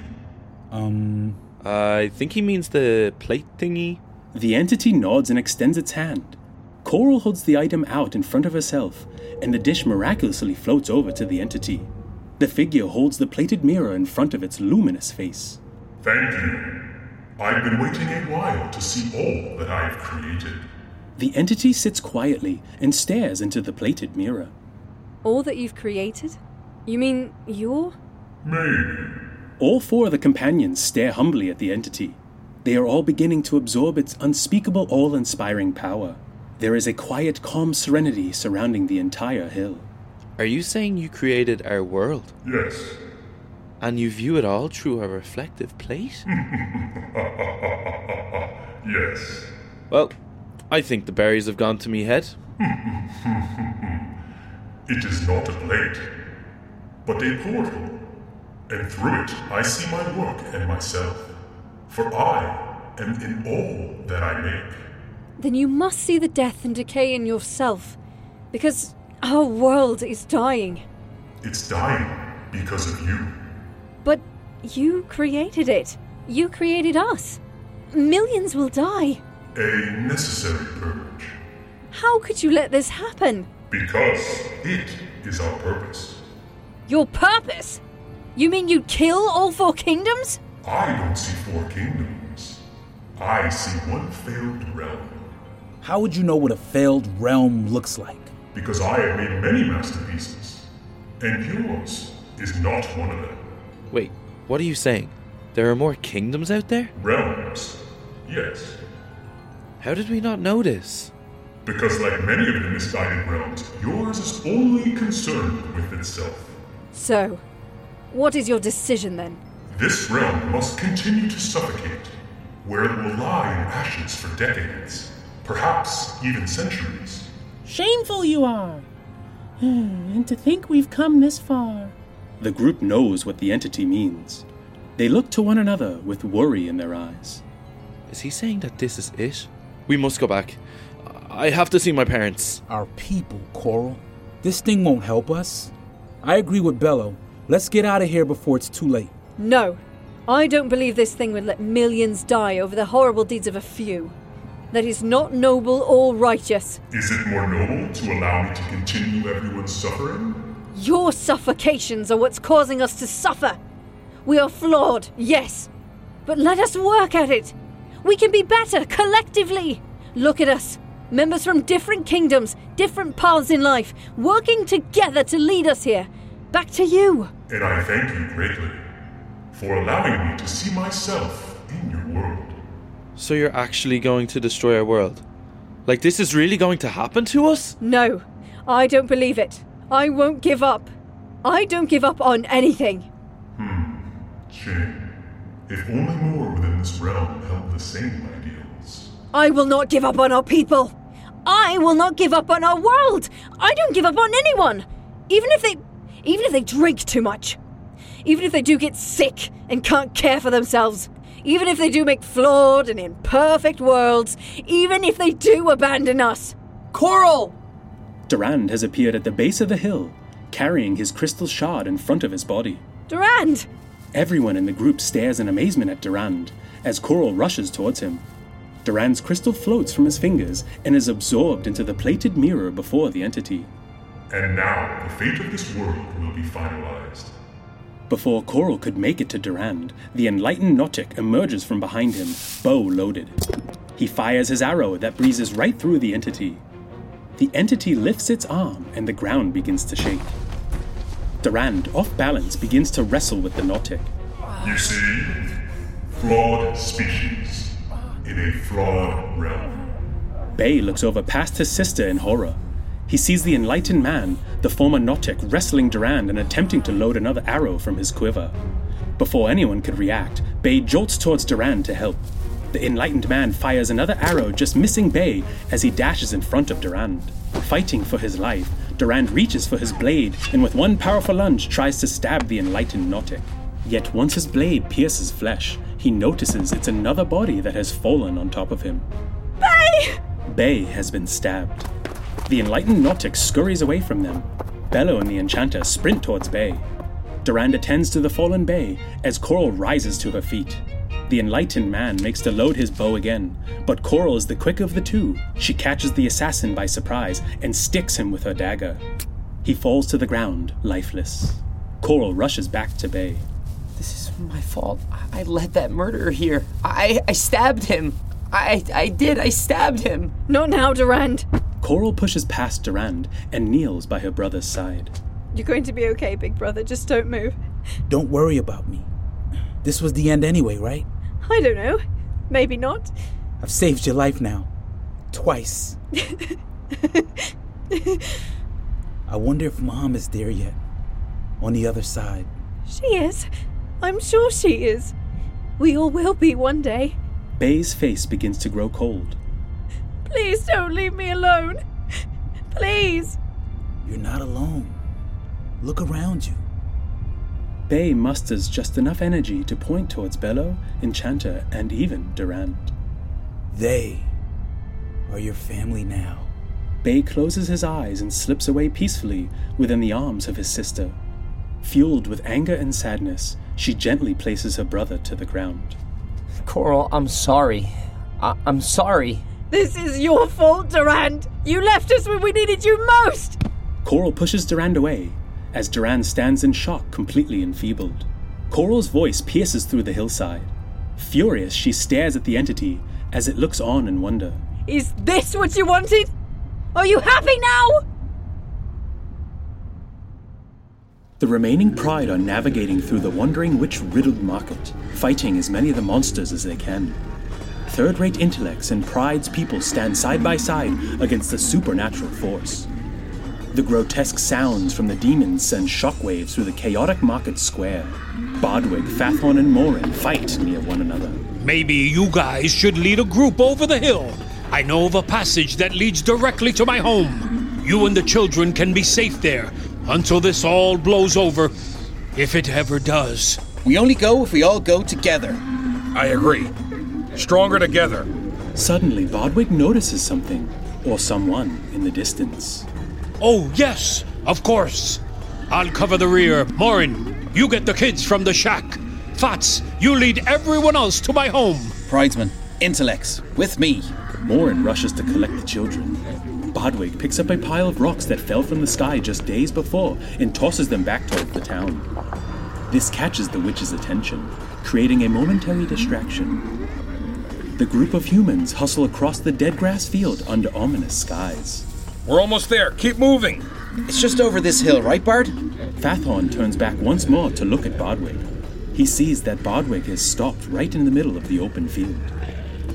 Um. I think he means the plate thingy.
The entity nods and extends its hand. Coral holds the item out in front of herself, and the dish miraculously floats over to the entity. The figure holds the plated mirror in front of its luminous face.
Thank you. I've been waiting a while to see all that I've created.
The entity sits quietly and stares into the plated mirror.
All that you've created? You mean your?
Maybe.
All four of the companions stare humbly at the entity. They are all beginning to absorb its unspeakable, all inspiring power. There is a quiet, calm serenity surrounding the entire hill.
Are you saying you created our world?
Yes,
and you view it all through a reflective plate?
yes.
Well, I think the berries have gone to me head.
it is not a plate, but a portal. And through it, I see my work and myself. For I am in all that I make.
Then you must see the death and decay in yourself, because our world is dying.
It's dying because of you.
But you created it. You created us. Millions will die.
A necessary purge.
How could you let this happen?
Because it is our purpose.
Your purpose? You mean you'd kill all four kingdoms?
I don't see four kingdoms. I see one failed realm.
How would you know what a failed realm looks like?
Because I have made many masterpieces, and yours is not one of them.
Wait, what are you saying? There are more kingdoms out there?
Realms, yes,
How did we not notice?
because like many of the misguided realms, yours is only concerned with itself.
So, what is your decision then?
This realm must continue to suffocate, where it will lie in ashes for decades, perhaps even centuries.
Shameful you are! and to think we've come this far.
The group knows what the entity means. They look to one another with worry in their eyes.
Is he saying that this is it? We must go back. I have to see my parents.
Our people, Coral. This thing won't help us. I agree with Bello. Let's get out of here before it's too late.
No. I don't believe this thing would let millions die over the horrible deeds of a few. That is not noble or righteous.
Is it more noble to allow me to continue everyone's suffering?
Your suffocations are what's causing us to suffer. We are flawed, yes, but let us work at it. We can be better collectively. Look at us, members from different kingdoms, different paths in life, working together to lead us here. Back to you.
And I thank you greatly for allowing me to see myself in your world.
So you're actually going to destroy our world? Like, this is really going to happen to us?
No, I don't believe it. I won't give up. I don't give up on anything.
Shame. If only more within this realm held the same ideals.
I will not give up on our people. I will not give up on our world. I don't give up on anyone. Even if they even if they drink too much. Even if they do get sick and can't care for themselves. Even if they do make flawed and imperfect worlds. Even if they do abandon us. Coral!
Durand has appeared at the base of the hill, carrying his crystal shard in front of his body.
Durand!
Everyone in the group stares in amazement at Durand as Coral rushes towards him. Durand's crystal floats from his fingers and is absorbed into the plated mirror before the entity.
And now the fate of this world will be finalized.
Before Coral could make it to Durand, the enlightened Nautic emerges from behind him, bow loaded. He fires his arrow that breezes right through the entity. The entity lifts its arm and the ground begins to shake. Durand, off balance, begins to wrestle with the Nautic.
You see, flawed species in a flawed realm.
Bay looks over past his sister in horror. He sees the enlightened man, the former Nautic, wrestling Durand and attempting to load another arrow from his quiver. Before anyone could react, Bay jolts towards Durand to help. The enlightened man fires another arrow, just missing Bay as he dashes in front of Durand. Fighting for his life, Durand reaches for his blade and, with one powerful lunge, tries to stab the enlightened Nautic. Yet, once his blade pierces flesh, he notices it's another body that has fallen on top of him.
Bay!
Bay has been stabbed. The enlightened Nautic scurries away from them. Bello and the Enchanter sprint towards Bay. Durand attends to the fallen Bay as Coral rises to her feet. The enlightened man makes to load his bow again, but Coral is the quick of the two. She catches the assassin by surprise and sticks him with her dagger. He falls to the ground, lifeless. Coral rushes back to Bay.
This is my fault. I- I led that murderer here. I I stabbed him. I I did. I stabbed him.
Not now, Durand.
Coral pushes past Durand and kneels by her brother's side.
You're going to be okay, big brother. Just don't move.
Don't worry about me. This was the end anyway, right?
I don't know. Maybe not.
I've saved your life now. Twice. I wonder if Mom is there yet. On the other side.
She is. I'm sure she is. We all will be one day.
Bay's face begins to grow cold.
Please don't leave me alone. Please.
You're not alone. Look around you.
Bay musters just enough energy to point towards Bello, Enchanter, and even Durand.
They are your family now.
Bay closes his eyes and slips away peacefully within the arms of his sister. Fueled with anger and sadness, she gently places her brother to the ground.
Coral, I'm sorry. I- I'm sorry.
This is your fault, Durand. You left us when we needed you most.
Coral pushes Durand away, as Durand stands in shock, completely enfeebled. Coral's voice pierces through the hillside. Furious, she stares at the entity as it looks on in wonder.
Is this what you wanted? Are you happy now?
The remaining pride are navigating through the wandering witch riddled market, fighting as many of the monsters as they can. Third rate intellects and pride's people stand side by side against the supernatural force. The grotesque sounds from the demons send shockwaves through the chaotic market square. Bodwig, Fathorn, and Morin fight near one another.
Maybe you guys should lead a group over the hill. I know of a passage that leads directly to my home. You and the children can be safe there until this all blows over, if it ever does.
We only go if we all go together.
I agree. Stronger together.
Suddenly, Bodwig notices something, or someone, in the distance.
Oh, yes, of course. I'll cover the rear. Morin, you get the kids from the shack. Fats, you lead everyone else to my home.
Pridesman, intellects, with me.
Morin rushes to collect the children. Bodwig picks up a pile of rocks that fell from the sky just days before and tosses them back toward the town. This catches the witch's attention, creating a momentary distraction. The group of humans hustle across the dead grass field under ominous skies.
We're almost there. Keep moving.
It's just over this hill, right, Bard?
Fathorn turns back once more to look at Bodwig. He sees that Bodwig has stopped right in the middle of the open field.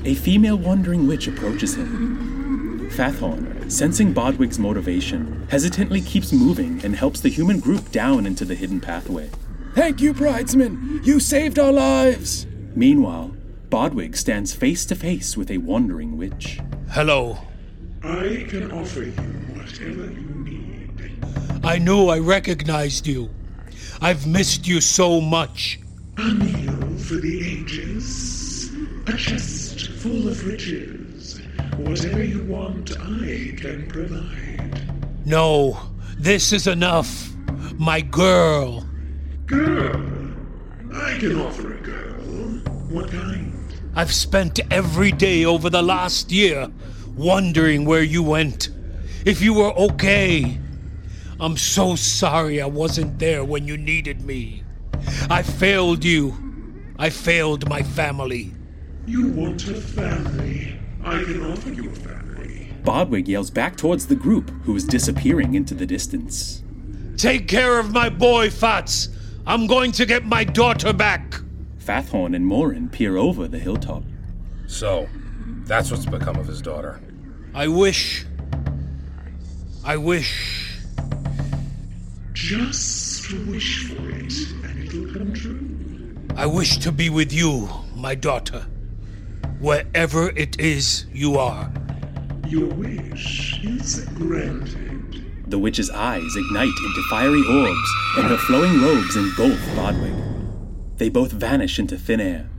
A female wandering witch approaches him. Fathorn, sensing Bodwig's motivation, hesitantly keeps moving and helps the human group down into the hidden pathway.
Thank you, bridesman. You saved our lives.
Meanwhile, Bodwig stands face to face with a wandering witch.
Hello,
I can offer you whatever you need.
I knew I recognized you. I've missed you so much.
A meal for the ages, a chest full of riches. Whatever you want, I can provide.
No, this is enough. My girl.
Girl? I can offer a girl. What kind?
I've spent every day over the last year wondering where you went, if you were okay. I'm so sorry I wasn't there when you needed me. I failed you. I failed my family.
You want a family? I can offer you a family.
Bodwig yells back towards the group, who is disappearing into the distance.
Take care of my boy, Fats. I'm going to get my daughter back.
Fathorn and Morin peer over the hilltop.
So, that's what's become of his daughter.
I wish. I wish.
Just wish for it, and it'll come true.
I wish to be with you, my daughter. Wherever it is you are.
Your wish is granted.
The witch's eyes ignite into fiery orbs, and her flowing robes engulf Bodwig. They both vanish into thin air.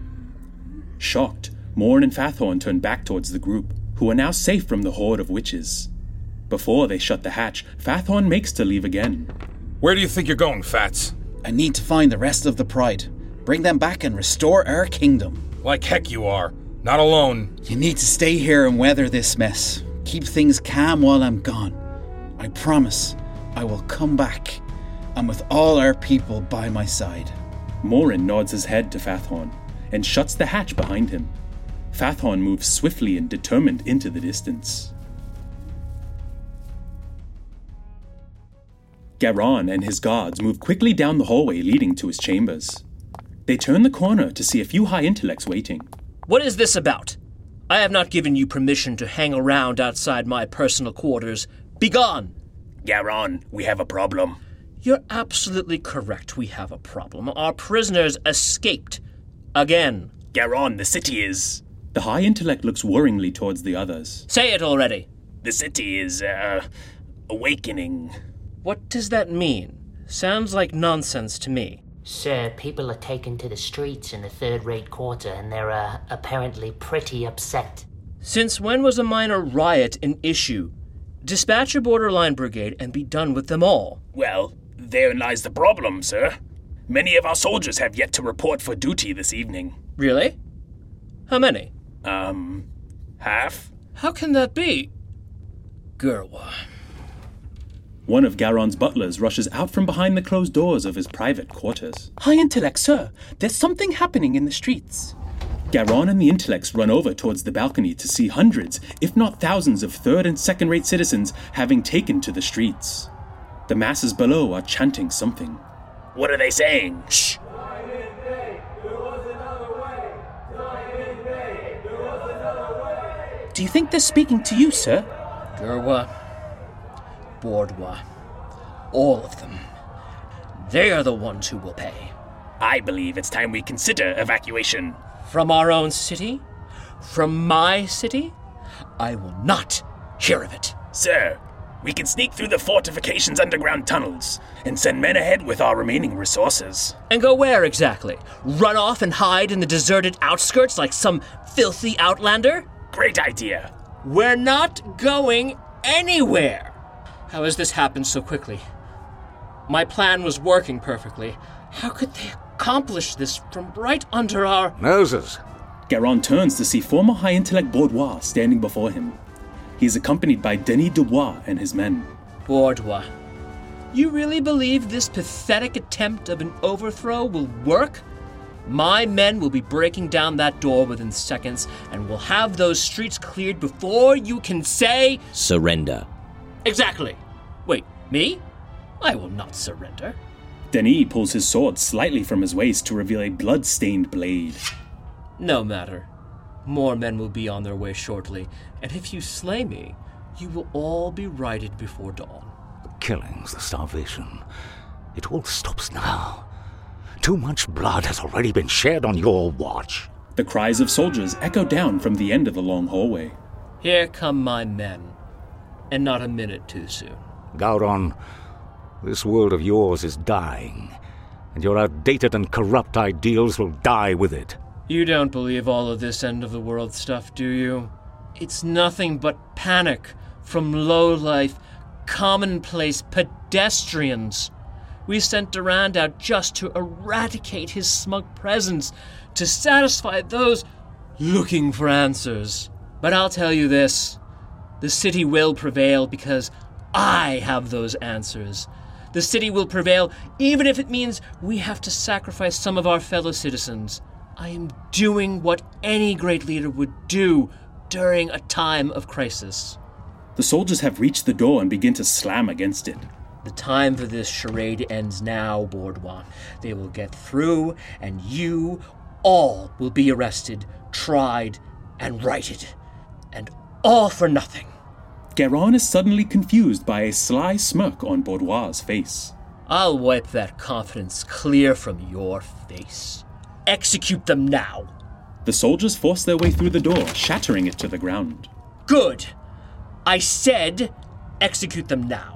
Shocked, Morn and Fathorn turn back towards the group, who are now safe from the horde of witches. Before they shut the hatch, Fathorn makes to leave again.
Where do you think you're going, Fats?
I need to find the rest of the pride. Bring them back and restore our kingdom.
Like heck you are. Not alone.
You need to stay here and weather this mess. Keep things calm while I'm gone. I promise I will come back, and with all our people by my side.
Morin nods his head to Fathorn and shuts the hatch behind him. Fathorn moves swiftly and determined into the distance. Garon and his guards move quickly down the hallway leading to his chambers. They turn the corner to see a few high intellects waiting.
What is this about? I have not given you permission to hang around outside my personal quarters. Begone!
Garon, we have a problem.
You're absolutely correct. We have a problem. Our prisoners escaped. Again.
Garon, the city is.
The high intellect looks worryingly towards the others.
Say it already.
The city is, uh, awakening.
What does that mean? Sounds like nonsense to me.
Sir, people are taken to the streets in the third rate quarter and they're, uh, apparently pretty upset.
Since when was a minor riot an issue? Dispatch your borderline brigade and be done with them all.
Well, there lies the problem, sir. Many of our soldiers have yet to report for duty this evening.
Really? How many?
Um, half?
How can that be? Gerwa.
One of Garon's butlers rushes out from behind the closed doors of his private quarters.
High intellect, sir. There's something happening in the streets.
Garon and the intellects run over towards the balcony to see hundreds, if not thousands, of third and second rate citizens having taken to the streets. The masses below are chanting something.
What are they saying? Shh!
Do you think they're speaking to you, sir?
Gerwa, Bordwa, all of them. They are the ones who will pay.
I believe it's time we consider evacuation.
From our own city? From my city? I will not hear of it.
Sir, we can sneak through the fortification's underground tunnels and send men ahead with our remaining resources.
And go where exactly? Run off and hide in the deserted outskirts like some filthy outlander?
Great idea.
We're not going anywhere. How has this happened so quickly? My plan was working perfectly. How could they accomplish this from right under our
noses?
Garon turns to see former high intellect Bordois standing before him. He is accompanied by Denis Dubois and his men.
Bordois, you really believe this pathetic attempt of an overthrow will work? My men will be breaking down that door within seconds, and we'll have those streets cleared before you can say.
Surrender.
Exactly. Wait, me? I will not surrender.
Denis pulls his sword slightly from his waist to reveal a blood stained blade.
No matter. More men will be on their way shortly, and if you slay me, you will all be righted before dawn.
The killings, the starvation. It all stops now. Too much blood has already been shed on your watch.
The cries of soldiers echo down from the end of the long hallway.
Here come my men, and not a minute too soon.
Gauron, this world of yours is dying, and your outdated and corrupt ideals will die with it.
You don't believe all of this end of the world stuff, do you? It's nothing but panic from low life, commonplace pedestrians. We sent Durand out just to eradicate his smug presence, to satisfy those looking for answers. But I'll tell you this the city will prevail because I have those answers. The city will prevail even if it means we have to sacrifice some of our fellow citizens. I am doing what any great leader would do during a time of crisis.
The soldiers have reached the door and begin to slam against it.
The time for this charade ends now, Bourdois. They will get through, and you all will be arrested, tried, and righted. And all for nothing.
Garon is suddenly confused by a sly smirk on Bourdois' face.
I'll wipe that confidence clear from your face. Execute them now.
The soldiers force their way through the door, shattering it to the ground.
Good. I said execute them now.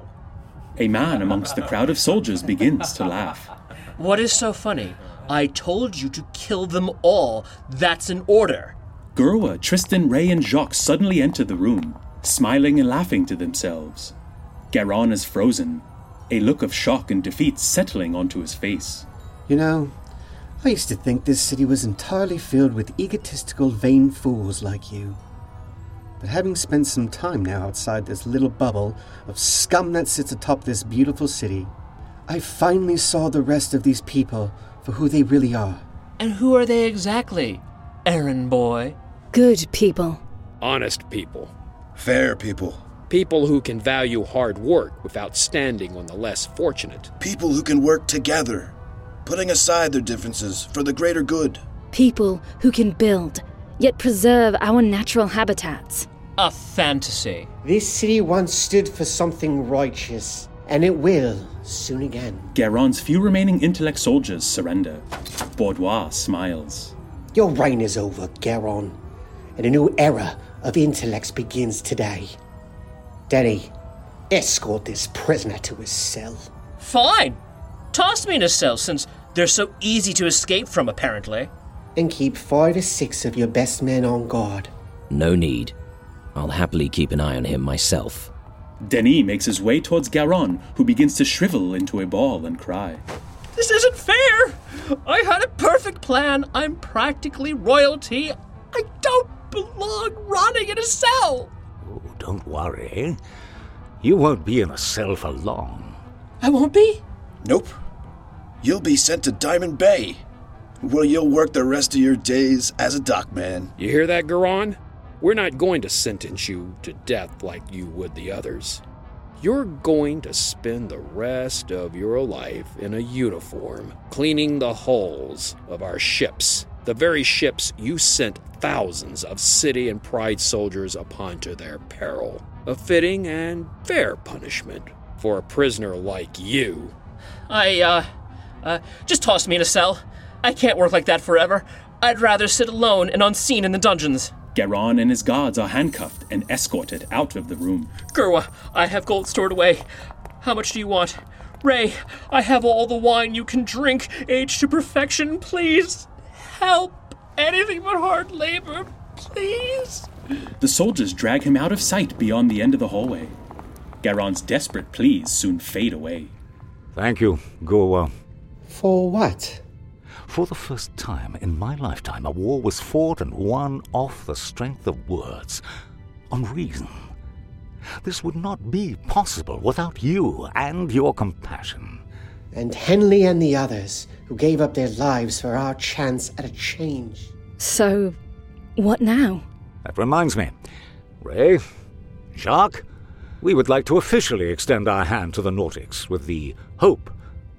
A man amongst the crowd of soldiers begins to laugh.
What is so funny? I told you to kill them all. That's an order.
Gerwa, Tristan, Ray, and Jacques suddenly enter the room, smiling and laughing to themselves. Garon is frozen, a look of shock and defeat settling onto his face.
You know, I used to think this city was entirely filled with egotistical, vain fools like you. But having spent some time now outside this little bubble of scum that sits atop this beautiful city, I finally saw the rest of these people for who they really are.
And who are they exactly, errand boy?
Good people.
Honest people.
Fair people.
People who can value hard work without standing on the less fortunate.
People who can work together, putting aside their differences for the greater good.
People who can build, yet preserve our natural habitats.
A fantasy.
This city once stood for something righteous, and it will soon again.
Garon's few remaining intellect soldiers surrender. Bordois smiles.
Your reign is over, Garon, and a new era of intellects begins today. Denny, escort this prisoner to his cell.
Fine! Toss me in a cell since they're so easy to escape from, apparently
and keep five to six of your best men on guard.
No need. I'll happily keep an eye on him myself.
Denis makes his way towards Garon, who begins to shrivel into a ball and cry.
This isn't fair! I had a perfect plan. I'm practically royalty. I don't belong rotting in a cell.
Oh, don't worry. You won't be in a cell for long.
I won't be? Nope. You'll be sent to Diamond Bay, where you'll work the rest of your days as a dockman.
You hear that, Garon? We're not going to sentence you to death like you would the others. You're going to spend the rest of your life in a uniform, cleaning the hulls of our ships, the very ships you sent thousands of city and pride soldiers upon to their peril. A fitting and fair punishment for a prisoner like you.
I, uh, uh, just toss me in a cell. I can't work like that forever. I'd rather sit alone and unseen in the dungeons.
Garon and his guards are handcuffed and escorted out of the room.
Gerwa, I have gold stored away. How much do you want? Ray, I have all the wine you can drink, aged to perfection. Please help. Anything but hard labor, please.
The soldiers drag him out of sight beyond the end of the hallway. Garon's desperate pleas soon fade away.
Thank you, Goa.
For what?
uh, For the first time in my lifetime, a war was fought and won off the strength of words, on reason. This would not be possible without you and your compassion.
And Henley and the others who gave up their lives for our chance at a change. So, what now?
That reminds me. Ray, Jacques, we would like to officially extend our hand to the Nordics with the hope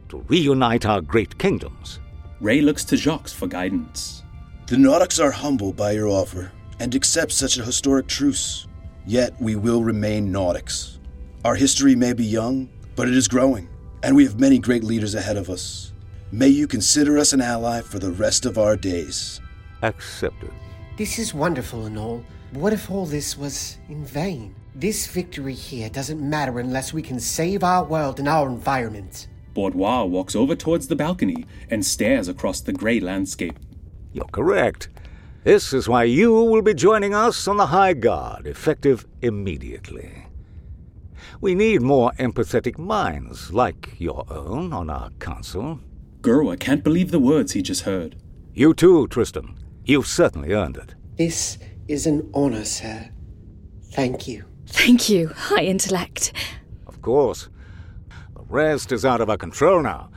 to reunite our great kingdoms.
Ray looks to Jacques for guidance.
The Nautics are humbled by your offer and accept such a historic truce. Yet we will remain Nautics. Our history may be young, but it is growing, and we have many great leaders ahead of us. May you consider us an ally for the rest of our days.
Accepted.
This is wonderful and all. What if all this was in vain? This victory here doesn't matter unless we can save our world and our environment.
Boudoir walks over towards the balcony and stares across the grey landscape.
You're correct. This is why you will be joining us on the High Guard, effective immediately. We need more empathetic minds like your own on our council.
Gerwa can't believe the words he just heard.
You too, Tristan. You've certainly earned it.
This is an honor, sir. Thank you. Thank you, high intellect.
Of course. The rest is out of our control now.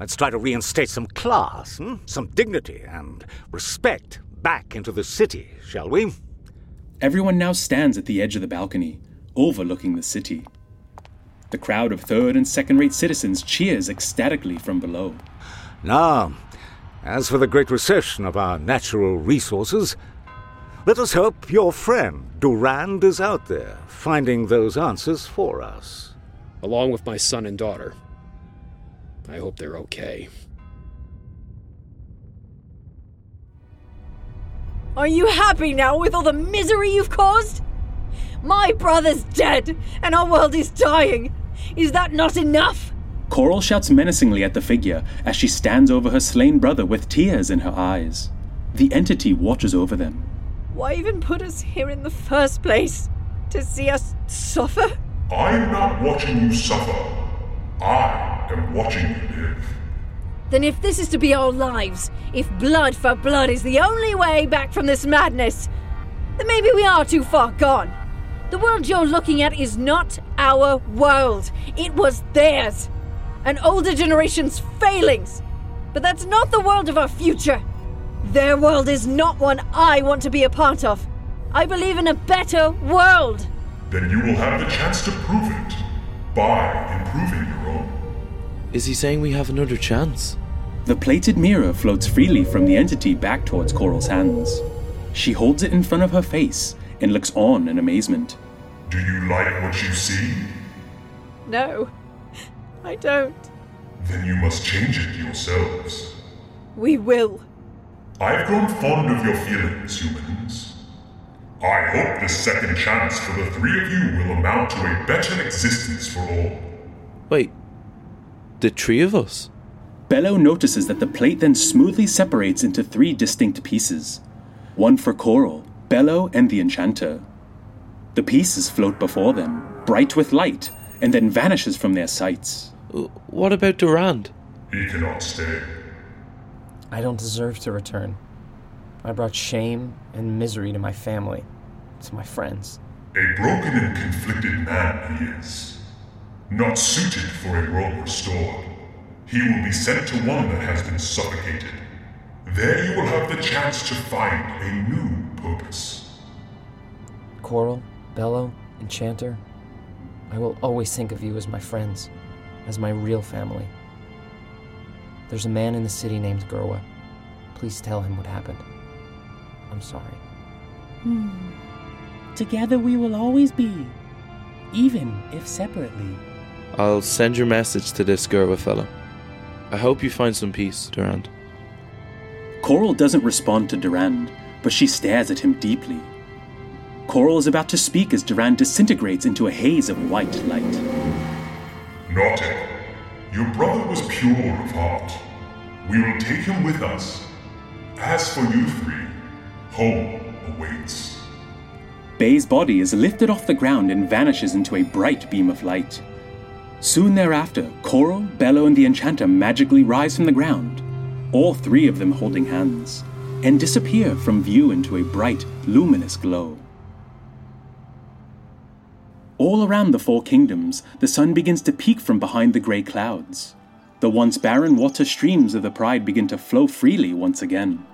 Let's try to reinstate some class, hmm? some dignity, and respect back into the city, shall we?
Everyone now stands at the edge of the balcony, overlooking the city. The crowd of third and second rate citizens cheers ecstatically from below.
Now, as for the great recession of our natural resources, let us hope your friend Durand is out there finding those answers for us.
Along with my son and daughter. I hope they're okay.
Are you happy now with all the misery you've caused? My brother's dead, and our world is dying. Is that not enough?
Coral shouts menacingly at the figure as she stands over her slain brother with tears in her eyes. The entity watches over them.
Why even put us here in the first place? To see us suffer?
I'm not watching you suffer. I am watching you live.
Then, if this is to be our lives, if blood for blood is the only way back from this madness, then maybe we are too far gone. The world you're looking at is not our world, it was theirs. An older generation's failings. But that's not the world of our future. Their world is not one I want to be a part of. I believe in a better world.
Then you will have the chance to prove it by improving your own.
Is he saying we have another chance?
The plated mirror floats freely from the entity back towards Coral's hands. She holds it in front of her face and looks on in amazement.
Do you like what you see?
No, I don't.
Then you must change it yourselves.
We will.
I've grown fond of your feelings, humans. I hope this second chance for the three of you will amount to a better existence for all.
Wait, the three of us?
Bello notices that the plate then smoothly separates into three distinct pieces one for Coral, Bello, and the Enchanter. The pieces float before them, bright with light, and then vanishes from their sights.
Uh, What about Durand?
He cannot stay.
I don't deserve to return. I brought shame and misery to my family, to my friends.
A broken and conflicted man he is, not suited for a world restored. He will be sent to one that has been suffocated. There you will have the chance to find a new purpose.
Coral, Bello, Enchanter, I will always think of you as my friends, as my real family. There's a man in the city named Gerwa. Please tell him what happened. I'm sorry.
Hmm. Together we will always be, even if separately.
I'll send your message to this Gerwa fellow. I hope you find some peace, Durand.
Coral doesn't respond to Durand, but she stares at him deeply. Coral is about to speak as Durand disintegrates into a haze of white light.
Naughty, your brother was pure of heart. We will take him with us. As for you three, home awaits.
Bay's body is lifted off the ground and vanishes into a bright beam of light. Soon thereafter, Coral, Bello, and the Enchanter magically rise from the ground, all three of them holding hands, and disappear from view into a bright, luminous glow. All around the Four Kingdoms, the sun begins to peek from behind the grey clouds. The once barren water streams of the Pride begin to flow freely once again.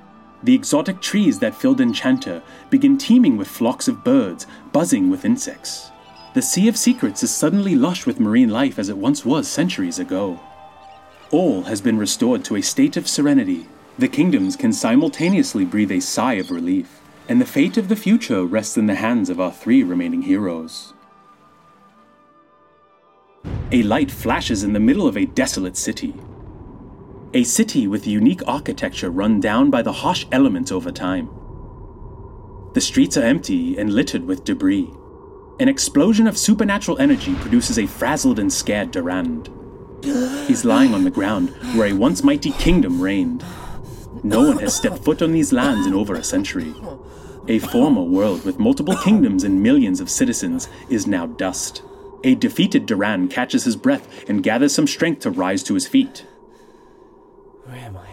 The exotic trees that filled Enchanter begin teeming with flocks of birds, buzzing with insects. The Sea of Secrets is suddenly lush with marine life as it once was centuries ago. All has been restored to a state of serenity. The kingdoms can simultaneously breathe a sigh of relief, and the fate of the future rests in the hands of our three remaining heroes. A light flashes in the middle of a desolate city. A city with unique architecture run down by the harsh elements over time. The streets are empty and littered with debris. An explosion of supernatural energy produces a frazzled and scared Durand. He's lying on the ground where a once mighty kingdom reigned. No one has stepped foot on these lands in over a century. A former world with multiple kingdoms and millions of citizens is now dust. A defeated Duran catches his breath and gathers some strength to rise to his feet.
Where am I?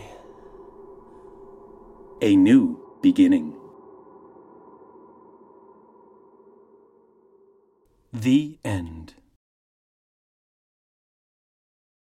A new beginning. The end.